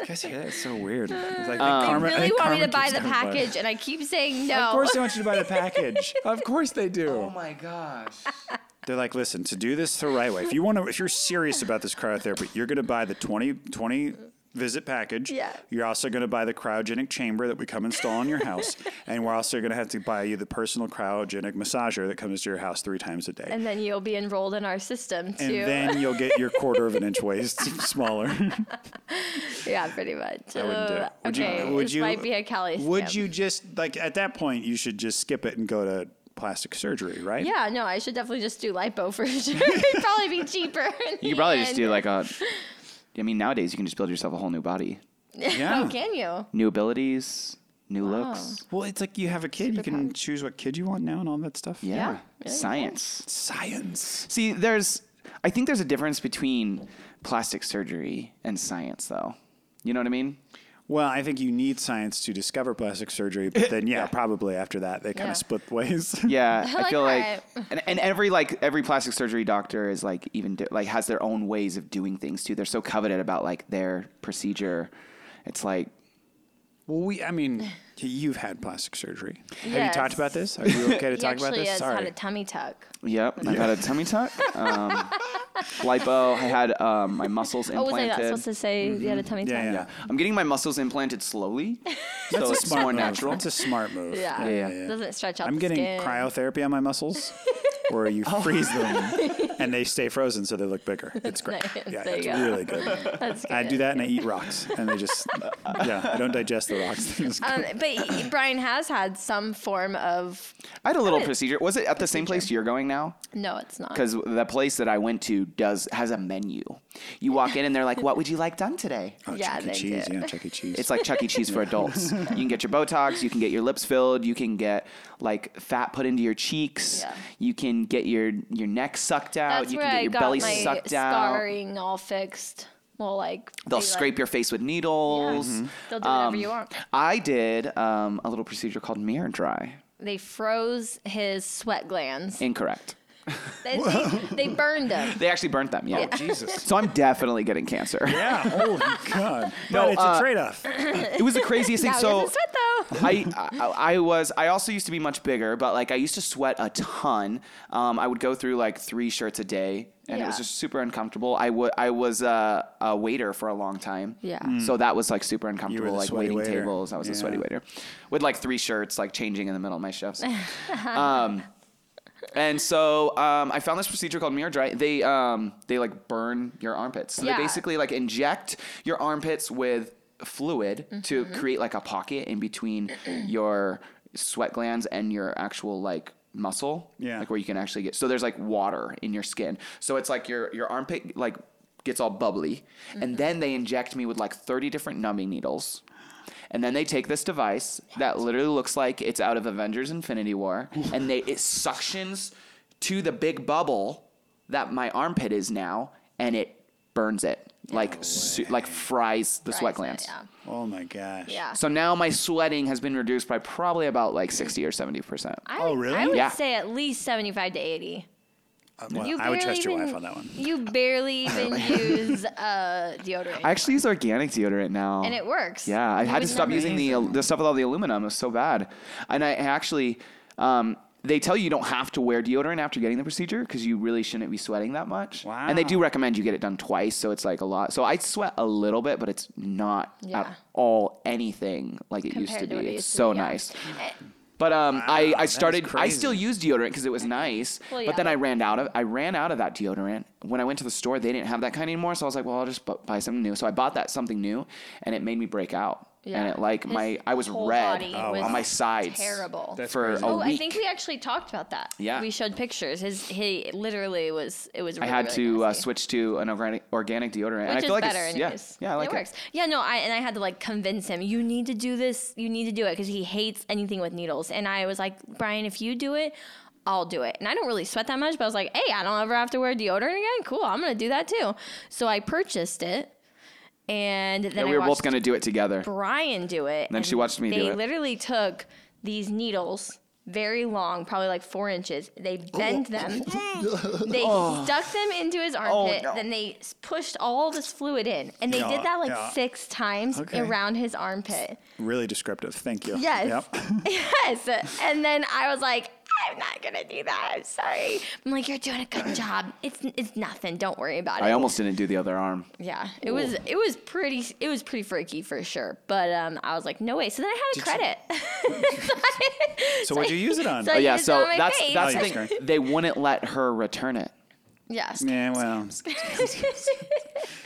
B: guys hear that? It's so weird. It's like
C: They
B: karma,
C: really want me
B: karma
C: to buy
B: keeps
C: the
B: coming back.
C: package, and I keep saying no.
B: Of course they want you to buy the package. of course they do.
A: Oh my gosh.
B: They're like, listen, to do this the right way, if you want to, if you're serious about this cryotherapy, you're going to buy the 20, 20 visit package.
C: Yeah.
B: You're also going to buy the cryogenic chamber that we come install in your house. and we're also going to have to buy you the personal cryogenic massager that comes to your house three times a day. And,
C: and then you'll be enrolled in our system too.
B: then you'll get your quarter of an inch waist smaller.
C: yeah, pretty much.
B: I wouldn't do it.
C: Uh,
B: Would you-
C: okay,
B: would
C: this
B: you-
C: might be a Cali
B: Would
C: scam.
B: you just, like, at that point, you should just skip it and go to plastic surgery, right?
C: Yeah, no, I should definitely just do lipo for sure. It'd probably be cheaper. in
A: You
C: the
A: could probably just
C: end.
A: do like a. I mean, nowadays you can just build yourself a whole new body,
B: Yeah.
C: Oh, can you?
A: new abilities, new looks.
B: Well, it's like you have a kid, you can choose what kid you want now and all that stuff.
A: Yeah.
C: Yeah, really
A: Science.
B: Science.
A: See, there's. I think there's a difference between plastic surgery and science, though. You know what I mean?
B: Well, I think you need science to discover plastic surgery, but then yeah, probably after that they kind
C: Yeah.
B: of split ways.
A: Yeah, I
C: Like,
A: feel like,
C: alright.
A: and, and every like every plastic surgery doctor is like even di- like has their own ways of doing things too. They're so coveted about like their procedure. It's like
B: Well, we, I mean, you've had plastic surgery. Have you
C: Yes.
B: talked about this? Are you okay to
C: He
B: talk about
C: actually
B: this?
C: has
B: Sorry.
C: had a tummy tuck.
A: Yep, I've had a tummy tuck, um, lipo. I had um, my muscles
C: Oh, was I not
A: implanted.
C: supposed to say he had a tummy tuck?
B: Mm-hmm. yeah, yeah.
A: yeah, I'm getting my muscles implanted slowly, so it's
B: Smart
A: more
B: move.
A: natural.
B: That's a smart move.
C: Yeah.
A: Yeah, yeah.
C: Doesn't stretch out
B: I'm
C: the
B: getting
C: skin.
B: cryotherapy on my muscles, where you freeze them and they stay frozen so they look bigger. It's great. Yeah,
C: There
B: it's
C: you go.
B: really good.
C: That's good.
B: I do that and I eat rocks and they just, yeah, I don't digest the rocks. They just-
C: Um, but he- Brian has had some form of
A: I had a little
C: Good.
A: procedure. Was it at the same place you're going now?
C: no, it's not.
A: Because the place that I went to does has a menu. You walk in and they're like, "What would you like done today?"
B: oh,
C: yeah,
B: Chuck E.
C: they
B: Cheese.
C: do.
B: Yeah, Chuck E. Cheese.
A: It's like Chuck E. Cheese for adults. You can get your Botox, you can get your lips filled, you can get like fat put into your cheeks,
C: Yeah.
A: you can get your your neck sucked out,
C: That's
A: you
C: where
A: can get
C: I
A: your
C: got
A: belly
C: my
A: sucked out.
C: scarring all fixed. Well, like
A: They'll
C: they, like-
A: scrape your Mm-hmm. Um, face with needles.
B: Mm-hmm.
C: They'll do whatever you want.
A: I did um, a little procedure called mirror dry.
C: They froze his sweat glands.
A: Incorrect.
C: They, they, they burned him.
A: They actually burnt them. Yeah.
B: Oh, Jesus.
A: So I'm definitely getting cancer.
B: Yeah. Oh, my God. No,
A: No,
B: it's
A: uh,
B: a trade off.
A: It was the craziest thing.
C: Now he
A: so
C: doesn't sweat though.
A: I, I I was I also used to be much bigger, but like I used to sweat a ton. Um, I would go through like three shirts a day, and it was
C: Yeah.
A: just super uncomfortable. I wa- I was uh, a waiter for a long time,
C: Yeah. Mm.
A: So that was like super uncomfortable,
B: Hmm. the
A: like
B: sweaty
A: waiting
B: waiter.
A: tables. I was a sweaty
B: Yeah.
A: waiter with like three shirts, like changing in the middle of my shifts. um, and so um, I found this procedure called mirror dry. They um, they like burn your armpits. So
C: Yeah.
A: they basically like inject your armpits with fluid to create like a pocket in between your sweat glands and your actual like muscle.
B: Yeah.
A: Like where you can actually get so there's like water in your skin. So it's like your your armpit like gets all bubbly. And then they inject me with like 30 different numbing needles. And then they take this device that literally looks like it's out of Avengers Infinity War and they it suctions to the big bubble that my armpit is now and it burns it. Like su- like fries the sweat glands.
C: Yeah.
B: Oh, my gosh.
C: yeah.
A: So now my sweating has been reduced by probably about like 60 or 70%.
C: I,
B: Oh, really?
C: I would
A: Yeah.
C: say at least 75 to 80.
B: Um, well,
C: You
B: I would
C: barely
B: trust your wife
C: even-
B: on that one.
C: You barely even use uh, deodorant.
A: I actually use organic deodorant now.
C: and it works.
A: Yeah, I
C: You
A: had to
C: would
A: stop
C: never-
A: using the the stuff with all the aluminum. It was so bad, and I I actually. Um, they tell you you don't have to wear deodorant after getting the procedure because you really shouldn't be sweating that much. And they do
B: Wow.
A: recommend you get it done twice, so it's like a lot. So I sweat a little bit, but it's not
C: Yeah.
A: at all anything like it used
C: Compared
A: to
C: to
A: be.
C: what it
A: It's
C: used to
A: so
C: be, yeah.
A: nice. But um, I, I
B: is
A: started. I
B: crazy.
A: still used deodorant because it was nice.
C: Well, yeah.
A: But then I ran out of. I ran out of that deodorant when I went to the store. They didn't have that kind anymore, so I was like, well, I'll just bu- buy something new. So I bought that something new, and it made me break out. And
C: Yeah.
A: it like
C: His
A: my I was
C: whole
A: red
C: body
A: on
C: was
A: my sides
C: terrible. That's
A: for
B: Oh, crazy.
A: a
C: Oh,
A: week.
C: I think we actually talked about that.
A: Yeah.
C: We showed pictures. His he literally was it was.
A: I
C: Really,
A: had
C: really
A: to uh,
C: nasty.
A: switch to an organic organic deodorant, and I
C: Which
A: feel
C: is
A: like
C: better
A: it's
C: anyways.
A: yeah yeah I like
C: it works. Yeah, no, I and I had to like convince him. You need to do this. You need to do it because he hates anything with needles. And I was like, Brian, if you do it, I'll do it. And I don't really sweat that much, but I was like, hey, I don't ever have to wear deodorant again. Cool, I'm gonna do that too. So I purchased it, and then
A: And
C: I
A: we were both
C: watched
A: gonna do it together.
C: Brian do it.
A: then she watched me do
C: They
A: it.
C: literally took these needles, very long, probably like four inches. They bent them. they
B: Oh.
C: stuck them into his armpit.
A: no.
C: Then they s- pushed all this fluid in, and they
B: Yeah,
C: did that like
B: yeah.
C: six times
B: Okay.
C: around his armpit.
B: Really descriptive. Thank you.
C: Yes.
B: Yep.
C: Yes. And then I was like, I'm not gonna do that. I'm sorry. I'm like, you're doing a good job. It's it's nothing. Don't worry about it.
A: I almost didn't do the other arm.
C: Yeah, it was it was pretty it was pretty freaky for sure. But um, I was like, no way. So then I had a credit.
B: So what'd you use it on?
C: So
A: Oh
C: I
A: yeah,
C: used it on
A: so
C: my
A: that's
C: face.
A: that's
B: Oh,
A: the
B: yeah,
A: thing. They wouldn't let her return it.
C: yes.
B: Yeah, well,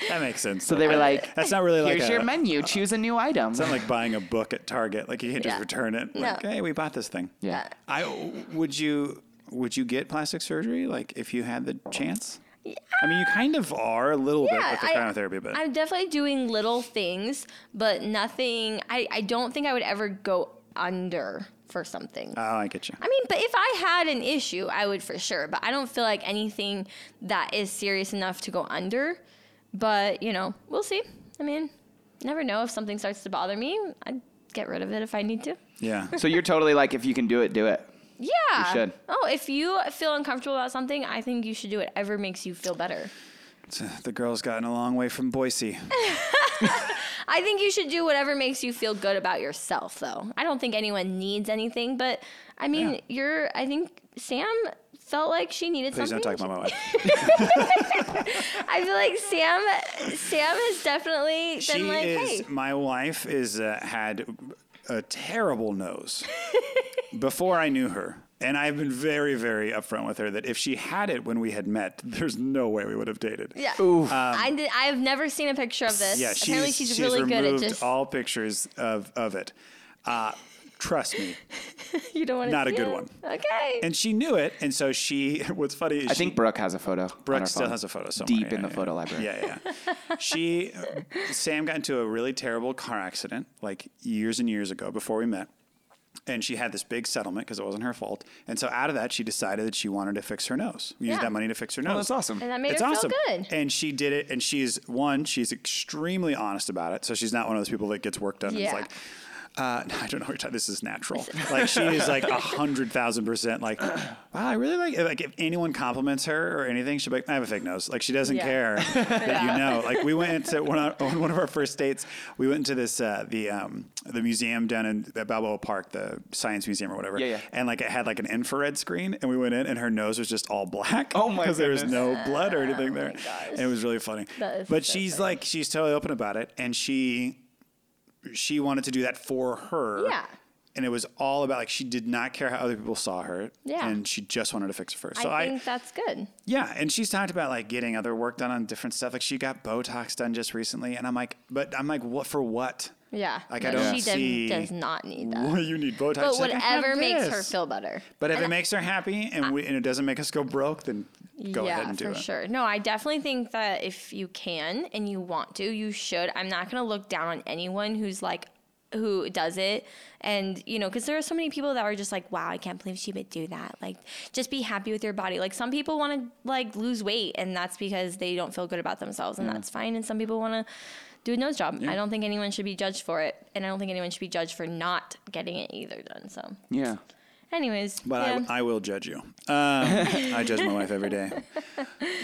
B: that makes sense.
A: So they were like,
B: that's not really like
A: "Here's
B: a,
A: your menu. Choose a new item."
B: It's not like buying a book at Target. Like you can't just
C: Yeah.
B: return it. Like,
C: No.
B: hey, we bought this thing.
A: Yeah.
B: I would you would you get plastic surgery like if you had the chance? Yeah. I mean, you kind of are a little bit with the cryotherapy, but
C: I'm definitely doing little things, but nothing. I I don't think I would ever go under for something.
B: oh, I get you.
C: I mean, but if I had an issue, I would for sure. But I don't feel like anything that is serious enough to go under. But you know, we'll see. I mean, never know if something starts to bother me. I'd get rid of it if I need to.
B: yeah.
A: So you're totally like, if you can do it, do it.
C: Yeah.
A: should.
C: Oh, if you feel uncomfortable about something, I think you should do
B: uh,
C: whatever makes you feel better.
B: the girl's gotten a long way from Boise.
C: I think you should do whatever makes you feel good about yourself, though. I don't think anyone needs anything, but I mean,
B: Yeah.
C: you're, I think Sam felt like she needed
B: Please
C: something.
B: don't talk about my wife.
C: I feel like Sam, Sam has definitely been
B: she
C: like,
B: is
C: hey.
B: my wife is uh, had a terrible nose before I knew her. And I've been very, very upfront with her that if she had it when we had met, there's no way we would have dated.
C: Yeah. I did, I have never seen a picture of this.
B: Um, Yeah,
C: Apparently,
B: she's,
C: she's
B: she's
C: really good at
B: removed
C: just.
B: all pictures of, of it. Uh, trust me.
C: you don't want to.
B: not a
C: see
B: good
C: it?
B: one.
C: Okay.
B: And she knew it. And so she, what's funny is
A: I think Brooke has a photo. on her
B: Brooke still
A: phone.
B: has a photo somewhere.
A: Deep in the photo library.
B: Yeah, yeah. she, uh, Sam got into a really terrible car accident like years and years ago before we met. And she had this big settlement because it wasn't her fault. And so out of that, she decided that she wanted to fix her nose, use
C: Yeah.
B: that money to fix her nose.
A: Oh, that's awesome.
C: and that made
B: it's
C: her
B: awesome.
C: feel good.
B: And she did it. And she's one, she's extremely honest about it. So she's not one of those people that gets worked on. and
C: Yeah.
B: It's like, uh, I don't know what you're talking. This is natural. like she is like a hundred thousand percent. Like, wow, I really like. Like if anyone compliments her or anything, she'll be like, I have a fake nose. Like she doesn't
C: Yeah.
B: care that you know. Like we went to one of, on one of our first dates. We went to this uh, the um, the museum down in the Balboa Park, the science museum or whatever.
A: Yeah, yeah.
B: And like it had like an infrared screen, and we went in, and her nose was just all black.
A: Oh, my
B: Because there was
A: goodness.
B: no blood or anything there.
C: Oh gosh.
B: And it was really funny.
C: That is
B: but
C: so
B: she's like she's totally open about it, and she she wanted to do that for her.
C: Yeah.
B: And it was all about like she did not care how other people saw her.
C: Yeah.
B: And she just wanted to fix it first. So
C: I
B: I,
C: think that's good.
B: yeah, and she's talked about like getting other work done on different stuff. Like she got Botox done just recently, and I'm like, but I'm like, what for what?
C: Yeah.
B: Like I
C: No,
B: don't
C: she does-
B: see
C: does not need that.
B: Well, you need Botox.
C: But
B: She's like, I have
C: whatever makes her
B: this.
C: feel better.
B: But if it makes her happy and we, and it doesn't make us go broke, then go
C: yeah,
B: ahead and do
C: for
B: it.
C: sure. No, I definitely think that if you can and you want to, you should. I'm not going to look down on anyone who's like, who does it. And, you know, because there are so many people that are just like, wow, I can't believe she would do that. Like, just be happy with your body. Like, some people want to, like, lose weight, and that's because they don't feel good about themselves,
B: Mm.
C: and that's fine. And some people want to do a nose job. I don't think anyone should be judged for it, and I don't think anyone should be judged for not getting it either done. So,
A: Yeah.
C: anyways.
B: But
C: yeah.
B: I, I will judge you. Um, I judge my wife every day.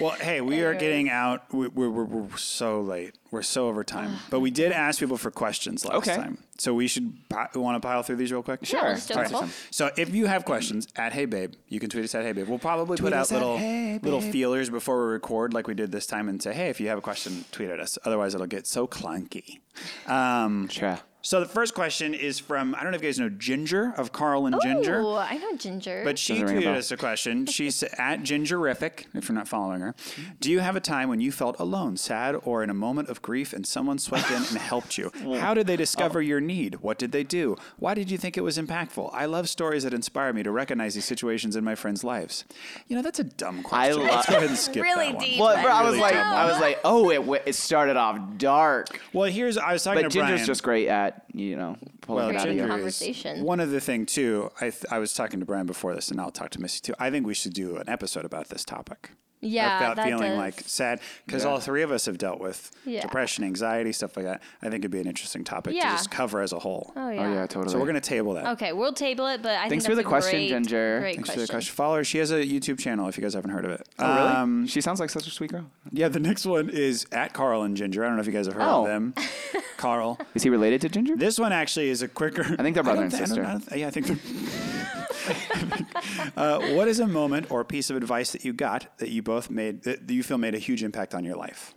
B: Well, hey, we are getting out. We, we're, we're, we're so late. We're so over time. but we did ask people for questions last
A: Okay.
B: time. So we should want to pile through these real quick.
A: Sure.
C: we'll just do a
A: All right.
C: couple.
B: So if you have questions at Hey Babe, you can tweet us at Hey Babe. We'll probably put out
A: us at
B: little
A: Hey Babe.
B: little feelers before we record, like we did this time, and say, Hey, if you have a question, tweet at us. Otherwise, it'll get so clunky. Um,
A: Sure.
B: so the first question is from I don't know if you guys know Ginger of Carl
A: Oh,
B: and Ginger.
C: Ooh, I know Ginger.
B: But she
A: Doesn't ring a
B: tweeted
A: bell.
B: us a question. She's at Gingerific, if you're not following her.
A: Mm-hmm.
B: Do you have a time when you felt alone, sad, or in a moment of grief and someone swept in and helped you? How did they discover
A: oh.
B: your need? What did they do? Why did you think it was impactful? I love stories that inspire me to recognize these situations in my friends' lives. You know, that's a dumb question.
A: love-
B: Let's go ahead and skip
C: Really
B: that one.
C: deep.
A: Well, bro, I was
B: Really
A: like,
B: dumb
A: I was like, oh, it, w- it started off dark,
B: Well, here's I was talking
A: but
B: to
A: Ginger's
B: Brian.
A: just great at you know pulling it out of
C: Ginger-
A: you.
B: is-
C: conversation.
B: One other thing too, I th- I was talking to Brian before this, and I'll talk to Missy too. I think we should do an episode about this topic.
C: Yeah,
B: about
C: that
B: feeling
C: does.
B: like sad because all three of us have dealt with
C: Yeah.
B: depression, anxiety, stuff like that. I think it'd be an interesting topic to
C: Yeah.
B: just cover as a whole.
C: oh, yeah.
A: Oh yeah, totally.
B: So we're gonna table that.
C: Okay, we'll table it, but I think
A: Thanks for
C: that's
A: the
C: a
A: question,
C: great-
A: Ginger.
C: Great
B: Thanks
C: question.
B: for the question. Follow her. She has a YouTube channel. If you guys haven't heard of it,
A: Oh, really?
B: Um,
A: she sounds like such a sweet girl.
B: yeah. The next one is at Carl and Ginger. I don't know if you guys have heard
A: Oh.
B: of them. Carl.
A: Is he related to Ginger?
B: This one actually is a quicker. I
A: think they're brother and
B: don't thi- I don't-
A: sister.
B: I don't thi- yeah, I think. They're, uh, what is a moment or piece of advice that you got that you both made that you feel made a huge impact on your life?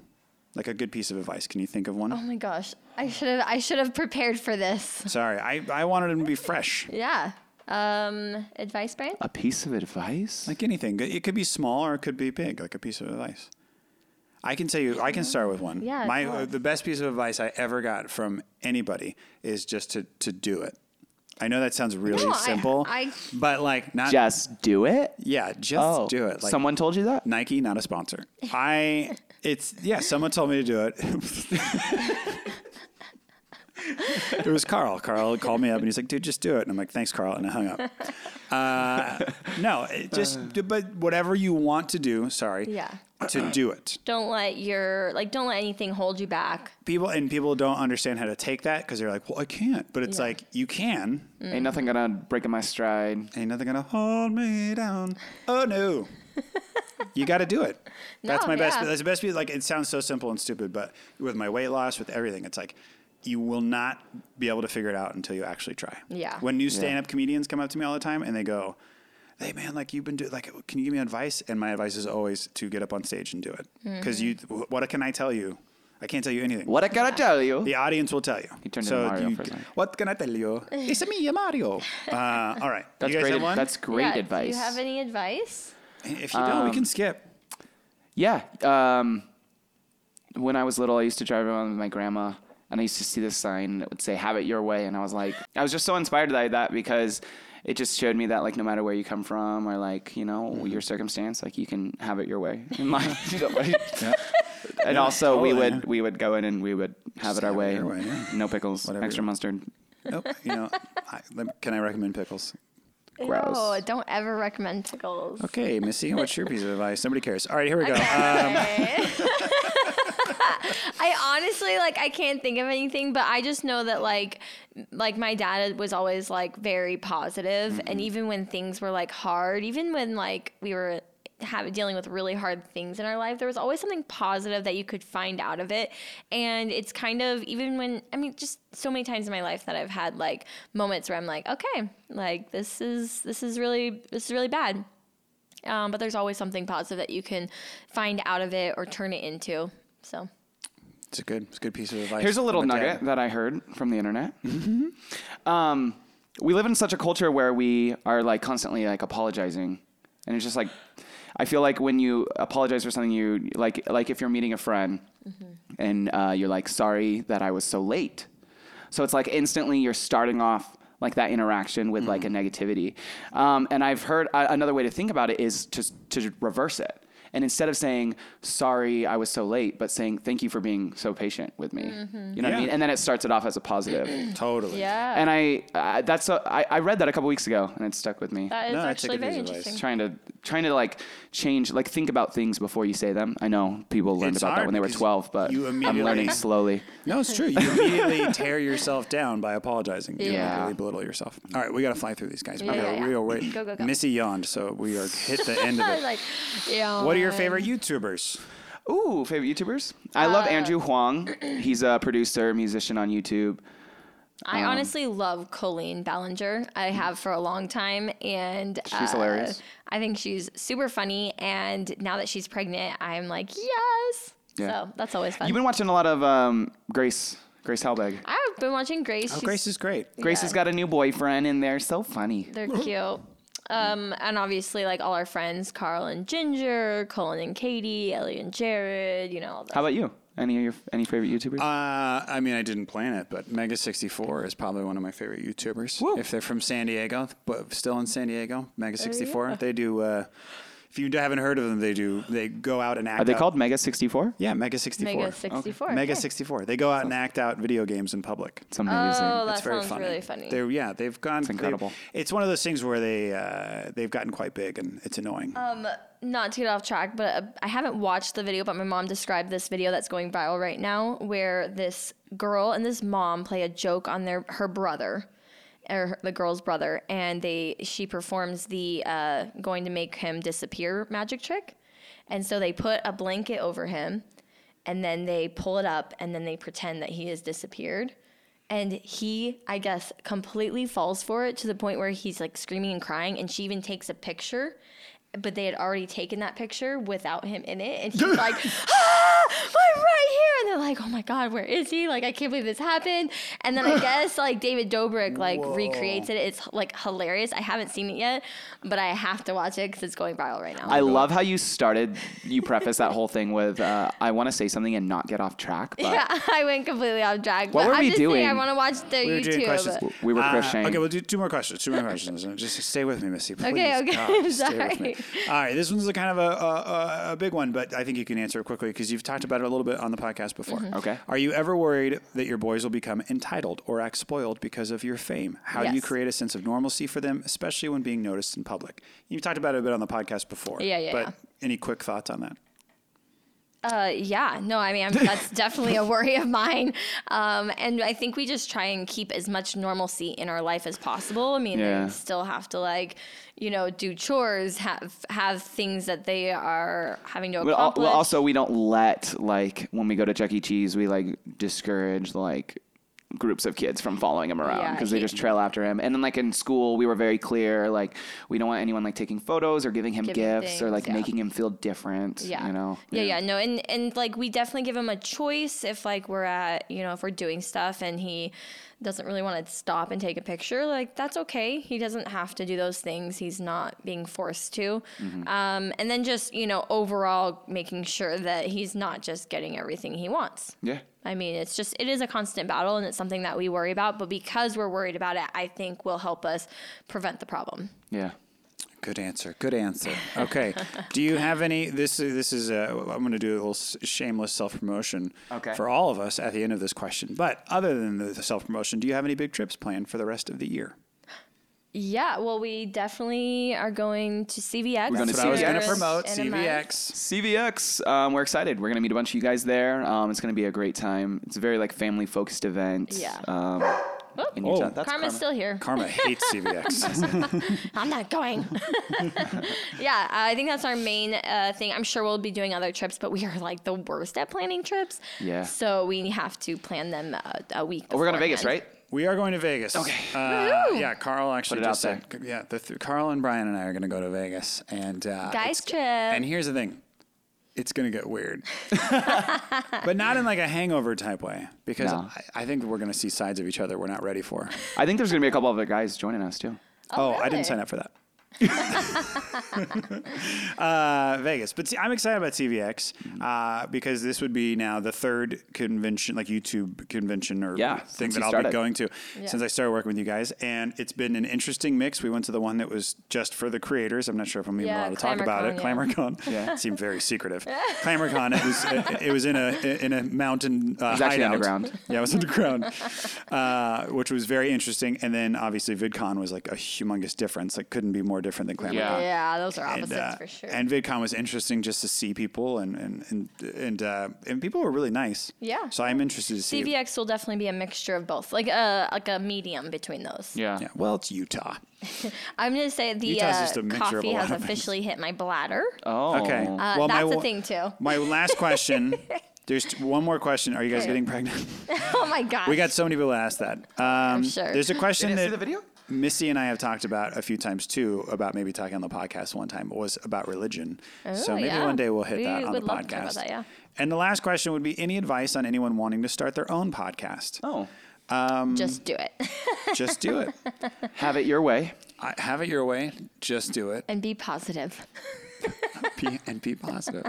B: Like a good piece of advice. Can you think of one?
C: Oh my gosh, I should have I should have prepared for this.
B: Sorry, I, I wanted him to be fresh.
C: Yeah. Um, advice, Brian.
A: a piece of advice?
B: Like anything, it could be small or it could be big. Like a piece of advice. I can tell you. I can start with one.
C: Yeah,
B: My
C: go
B: uh,
C: on.
B: the best piece of advice I ever got from anybody is just to to do it. I know that sounds really
C: No, I-
B: simple,
C: I-
B: but like not
A: Just do it.
B: Yeah, just
A: Oh,
B: do it. Like,
A: someone told you that?
B: Nike, not a sponsor. I. It's yeah. Someone told me to do it. it was Carl. Carl called me up and he's like, "Dude, just do it." And I'm like, "Thanks, Carl," and I hung up. Uh, no, it just but whatever you want to do. Sorry.
C: Yeah.
B: To do it,
C: Don't let your like don't let anything hold you back.
B: people and people don't understand how to take that because they're like, "Well, I can't," but it's like you can.
C: Mm.
A: Ain't nothing gonna break in my stride.
B: Ain't nothing gonna hold me down. Oh no. you got to do it. that's
C: No,
B: my best.
C: yeah.
B: That's the best. Like it sounds so simple and stupid, but with my weight loss, with everything, it's like you will not be able to figure it out until you actually try.
C: Yeah.
B: When new stand-up comedians come up to me all the time and they go, "Hey man, like you've been doing. Like, can you give me advice?" And my advice is always to get up on stage and do it.
C: Mm-hmm.
B: Because you, what can I tell you? I can't tell you anything.
A: What I gotta tell you.
B: The audience will tell you.
A: He turned into Mario for a second.
B: what can I tell you? It's me, Mario. Uh, all right.
A: That's
B: you guys
A: great.
B: have one?
A: That's great
C: Yeah,
A: advice.
C: Do you have any advice?
B: if you don't, we
C: Um.
B: can skip.
A: Yeah. Um, when I was little, I used to drive around with my grandma, and I used to see this sign that would say "Have it your way," and I was like, I was just so inspired by that because it just showed me that like no matter where you come from or like you know
B: Mm-hmm.
A: your circumstance, like you can have it your way in life. And also, we
B: totally,
A: would we would go in and we would have it our
B: have it
A: way.
B: your way, yeah.
A: No pickles,
B: Whatever
A: extra
B: you-
A: mustard.
B: Nope. You know, I, lem- can I recommend pickles?
A: Gross.
C: No, don't ever recommend pickles.
B: Okay, Missy, what's your piece of advice? Nobody cares. All right, here we go.
C: Okay. I honestly like I can't think of anything, but I just know that like like my dad was always like very positive, and even when things were like hard, even when like we were have, dealing with really hard things in our life, there was always something positive that you could find out of it, and it's kind of even when I mean just so many times in my life that I've had like moments where I'm like, okay, like this is this is really this is really bad um, but there's always something positive that you can find out of it or turn it into. So
B: It's a good, it's a good piece of advice.
A: Here's a little
B: I'm dad.
A: nugget that I heard from the internet.
B: Mm-hmm.
A: Um, we live in such a culture where we are like constantly like apologizing, and it's just like I feel like when you apologize for something, you like like if you're meeting a friend and uh, you're like sorry that I was so late, so it's like instantly you're starting off like that interaction with like a negativity. Um, and I've heard uh, another way to think about it is to to reverse it. And instead of saying sorry I was so late, but saying thank you for being so patient with me. You know what I
B: Yeah.
A: mean? And then it starts it off as a positive.
B: Totally.
C: yeah,
A: and I uh, that's a, I, I read that a couple weeks ago and it stuck with me.
C: that is
B: No, that's a
C: actually
B: good
C: very
B: piece of advice.
C: interesting.
A: trying to trying to like change like think about things before you say them. I know people learned
B: It's
A: about that
B: hard
A: when they were 12,
B: because
A: but
B: you
A: I'm learning
B: immediately-
A: slowly.
B: No, it's true. You immediately tear yourself down by apologizing. You
A: Yeah.
B: immediately belittle yourself. All right, we got to fly through these guys. We
C: Yeah,
B: got
C: yeah, yeah.
B: real wait.
C: Go, go, go.
B: Missy yawned, so we are hit the end of
C: I was
B: it.
C: like, yeah.
B: What are your favorite YouTubers?
A: Ooh, favorite YouTubers? I love Andrew Huang. He's a producer, musician on YouTube.
C: I honestly love Colleen Ballinger. I have for a long time, and uh,
A: She's hilarious.
C: I think she's super funny, and now that she's pregnant, I'm like, yes.
A: Yeah.
C: So that's always fun.
A: You've been watching a lot of um, Grace Grace Helbig.
C: I've been watching Grace.
B: Oh,
C: She's-
B: Grace is great.
A: Grace has got a new boyfriend and they're so funny.
C: They're cute. Um, and obviously, like all our friends, Carl and Ginger, Colin and Katie, Ellie and Jared, you know, all
A: How
C: that.
A: about you? Any of your any favorite YouTubers?
B: Uh, I mean, I didn't plan it, but Mega64 is probably one of my favorite YouTubers. If they're from San Diego, but still in San Diego, Mega64, they do. Uh, if you haven't heard of them, they do. They go out and act.
A: Are they
B: out-
A: called Mega 64?
B: Yeah, Mega64.
C: Mega 64.
B: Mega
C: okay.
B: 64. They go out and act out video games in public.
A: It's amazing.
C: Oh, that
B: It's very
C: sounds
B: funny.
C: really funny.
B: They're, yeah, they've gone. It's
A: incredible.
B: It's one of those things where they uh, they've gotten quite big, and it's annoying.
C: Not to get off track, but uh, I haven't watched the video, but my mom described this video that's going viral right now where this girl and this mom play a joke on their her brother. Or her- the girl's brother, and they she performs the uh, going to make him disappear magic trick, and so they put a blanket over him, and then they pull it up and then they pretend that he has disappeared and he i guess completely falls for it to the point where he's like screaming and crying and she even takes a picture but they had already taken that picture without him in it and he's like ah, i'm right here and they're like oh my god where is he like i can't believe this happened and then i guess like david dobrik like recreates it it's like hilarious i haven't seen it yet but i have to watch it because it's going viral right now
A: I love how you started. You preface that whole thing with, uh, "I want to say something and not get off track." But
C: yeah, I went completely off track.
A: Uh, What
C: but
A: were
C: I'm
A: we
C: just Saying I
A: doing?
C: want to watch their
B: we were doing questions.
C: YouTube.
A: We were
B: Uh,
A: crocheting.
B: okay, we'll do two more questions. Two more questions. Just stay with me, Missy. Please.
C: Okay, okay,
B: God, just stay with
C: sorry.
B: me. All right, this one's a kind of a, a, a- a big one, but I think you can answer it quickly because you've talked about it a little bit on the podcast before.
C: Mm-hmm.
A: Okay.
B: Are you ever worried that your boys will become entitled or act spoiled because of your fame? How do you
C: Yes.
B: create a sense of normalcy for them, especially when being noticed in public? You've talked about it a bit on the podcast before.
C: Yeah, yeah,
B: But
C: yeah.
B: any quick thoughts on that?
C: Uh, yeah, no, I mean, I'm, that's definitely a worry of mine. Um, and I think we just try and keep as much normalcy in our life as possible. I mean,
A: Yeah.
C: they still have to like, you know, do chores, have have things that they are having to
A: But al-
C: accomplish.
A: well, also, we don't let like when we go to Chuck E. Cheese, we like discourage like groups of kids from following him around
C: Yeah,
A: because they
C: he-
A: just trail after him. And then like in school, we were very clear like we don't want anyone like taking photos or giving him
C: Giving
A: gifts or
C: things,
A: like
C: yeah.
A: making him feel different.
C: yeah.
A: you know.
C: Yeah, yeah, no, and and like we definitely give him a choice if like we're at you know if we're doing stuff and he doesn't really want to stop and take a picture, like that's okay. He doesn't have to do those things. He's not being forced to.
A: Mm-hmm.
C: Um, and then just you know overall making sure that he's not just getting everything he wants.
A: Yeah.
C: I mean, it's just it is a constant battle, and it's something that we worry about. But because we're worried about it, I think will help us prevent the problem.
A: Yeah.
B: Good answer. Good answer. Okay. do you have any? This is this is. A, I'm going to do a little s- shameless self promotion
A: Okay.
B: for all of us at the end of this question. But other than the self promotion, do you have any big trips planned for the rest of the year?
C: Yeah, well, we definitely are going to CVX.
A: We're going to
B: That's what I was going to
A: CVX.
B: promote.
C: In a month.
B: CVX.
A: CVX, um, we're excited. We're gonna meet a bunch of you guys there. Um, it's gonna be a great time. It's a very like family focused event.
C: Yeah.
A: Um,
C: Whoop.
A: in Utah. Oh. That's
C: Karma's
A: Karma.
C: still here.
B: Karma hates CVX.
C: I'm not going. yeah, I think that's our main uh, thing. I'm sure we'll be doing other trips, but we are like the worst at planning trips.
A: Yeah.
C: So we have to plan them uh, a week.
A: Oh, we're going to Vegas, right?
C: beforehand.
B: we are going to Vegas. Okay. Uh, yeah, Carl actually
A: Put it
B: just
A: out
B: said. Yeah, the th- Carl and Brian and I are going to go to Vegas, and uh,
C: Guys
B: it's-
C: trip.
B: And here's the thing. It's gonna get weird, but not in like a hangover type way. Because
A: No.
B: I, I think we're gonna see sides of each other we're not ready for.
A: I think there's gonna be a couple other guys joining us too.
B: Oh, I
C: really?
B: didn't sign up for that. uh, Vegas, but see, I'm excited about CVX
A: Mm-hmm.
B: uh, because this would be now the third convention, like YouTube convention or
A: Yeah,
B: thing
A: since
B: that
A: you
B: I'll
A: started.
B: be going to since I started working with you guys, and it's been an interesting mix. We went to the one that was just for the creators. I'm not sure if I'm even
C: Yeah,
B: allowed to talk about it.
C: ClamorCon,
B: ClamorCon, yeah, it seemed very secretive. ClamorCon, it was it, it was in a in a mountain. Uh,
A: was actually
B: hideout.
A: underground.
B: Yeah, it was underground, uh, which was very interesting. And then obviously VidCon was like a humongous difference. Like couldn't be more different than ClamorCon.
A: Yeah.
C: Yeah, those are opposites
B: And, uh,
C: for sure.
B: and VidCon was interesting just to see people and and and and, uh, and people were really nice.
C: Yeah.
B: So I'm interested to see.
C: CVX will definitely be a mixture of both, like a like a medium between those.
A: Yeah.
B: Yeah. Well, it's Utah.
C: I'm gonna say the
B: Utah's
C: uh,
B: just a mixture of a
C: coffee
B: lot
C: has
B: of things.
C: officially hit my bladder.
A: Oh.
B: Okay.
C: Uh,
B: well,
C: that's
B: my,
C: a thing too.
B: My last question. There's one more question. Are you guys getting pregnant?
C: Oh my gosh.
B: We got so many people that asked that. Um,
C: sure.
B: There's a question
A: Did you
B: that
A: see the video?
B: Missy and I have talked about a few times too, about maybe talking on the podcast one time was about religion. so maybe
C: Oh, yeah.
B: one day we'll hit
C: We
B: that on
C: would
B: the
C: love
B: podcast.
C: to talk about that, yeah.
B: And the last question would be any advice on anyone wanting to start their own podcast?
A: Oh.
C: Just do it
B: Just do it.
A: Have it your way.
B: I, have it your way. Just do it.
C: and be positive.
B: Be, and be positive.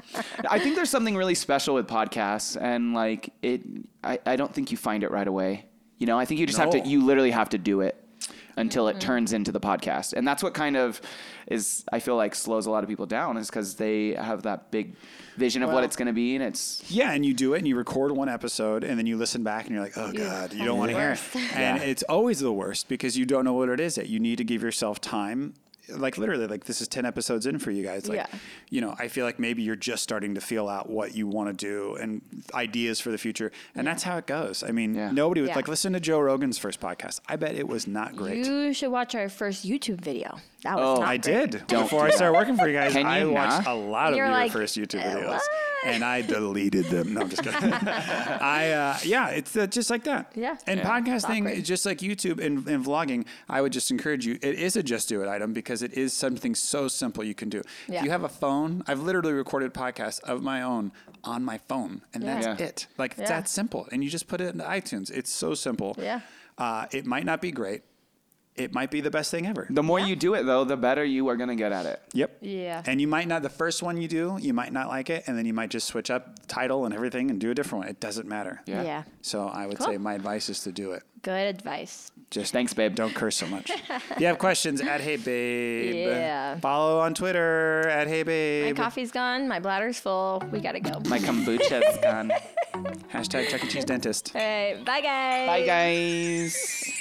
A: I think there's something really special with podcasts, and like it, I, I don't think you find it right away. You know, I think you just have
B: No.
A: to, you literally have to do it until it turns into the podcast. And that's what kind of is, I feel like, slows a lot of people down is because they have that big vision of what
B: Well-
A: it's going to be, and it's,
B: Yeah, and you do it and you record one episode and then you listen back and you're like, oh God, you don't want to hear it. And it's always the worst because you don't know what it is that you need to give yourself time. Like literally, like this is 10 episodes in for you guys. Like,
C: Yeah.
B: you know, I feel like maybe you're just starting to feel out what you want to do and ideas for the future. And that's how it goes. I mean,
A: Yeah.
B: nobody would
C: Yeah.
B: like listen to Joe Rogan's first podcast. I bet it was not great.
C: You should watch our first YouTube video. That was
A: Oh,
C: not
B: I
C: great.
B: did. Before I started working for you guys,
A: Can
B: I
A: you
B: watched
A: not?
B: a lot of
C: You're
B: your
C: like,
B: first YouTube
C: "Uh,
B: videos,
C: what?"
B: and I deleted them. No, I'm just kidding. I uh, yeah, it's uh, just like that.
C: Yeah.
B: And
C: Yeah.
B: podcasting,
C: Awkward.
B: just like YouTube and, and vlogging, I would just encourage you. It is a just do it item because it is something so simple you can do.
C: Yeah.
B: If you have a phone, I've literally recorded podcasts of my own on my phone, and that's
A: Yeah.
B: it. Like
C: Yeah.
B: it's that simple, and you just put it into iTunes. It's so simple.
C: Yeah.
B: Uh, it might not be great. It might be the best thing ever.
A: the more you do it though, the better you are going to get at it.
B: Yep.
C: Yeah.
B: And you might not the first one you do, you might not like it, and then you might just switch up title and everything and do a different one. It doesn't matter.
A: Yeah.
C: Yeah.
B: So I would
C: Cool.
B: say my advice is to do it.
C: Good advice.
A: Just thanks, babe.
B: Don't curse so much. if you have questions at Hey Babe,
C: Yeah.
B: follow on Twitter at Hey
C: My
B: Babe.
C: coffee's gone. My bladder's full. We gotta go.
A: My kombucha's gone.
B: Hashtag Chuck E. Cheese Dentist.
C: All right. Bye guys.
A: Bye, guys.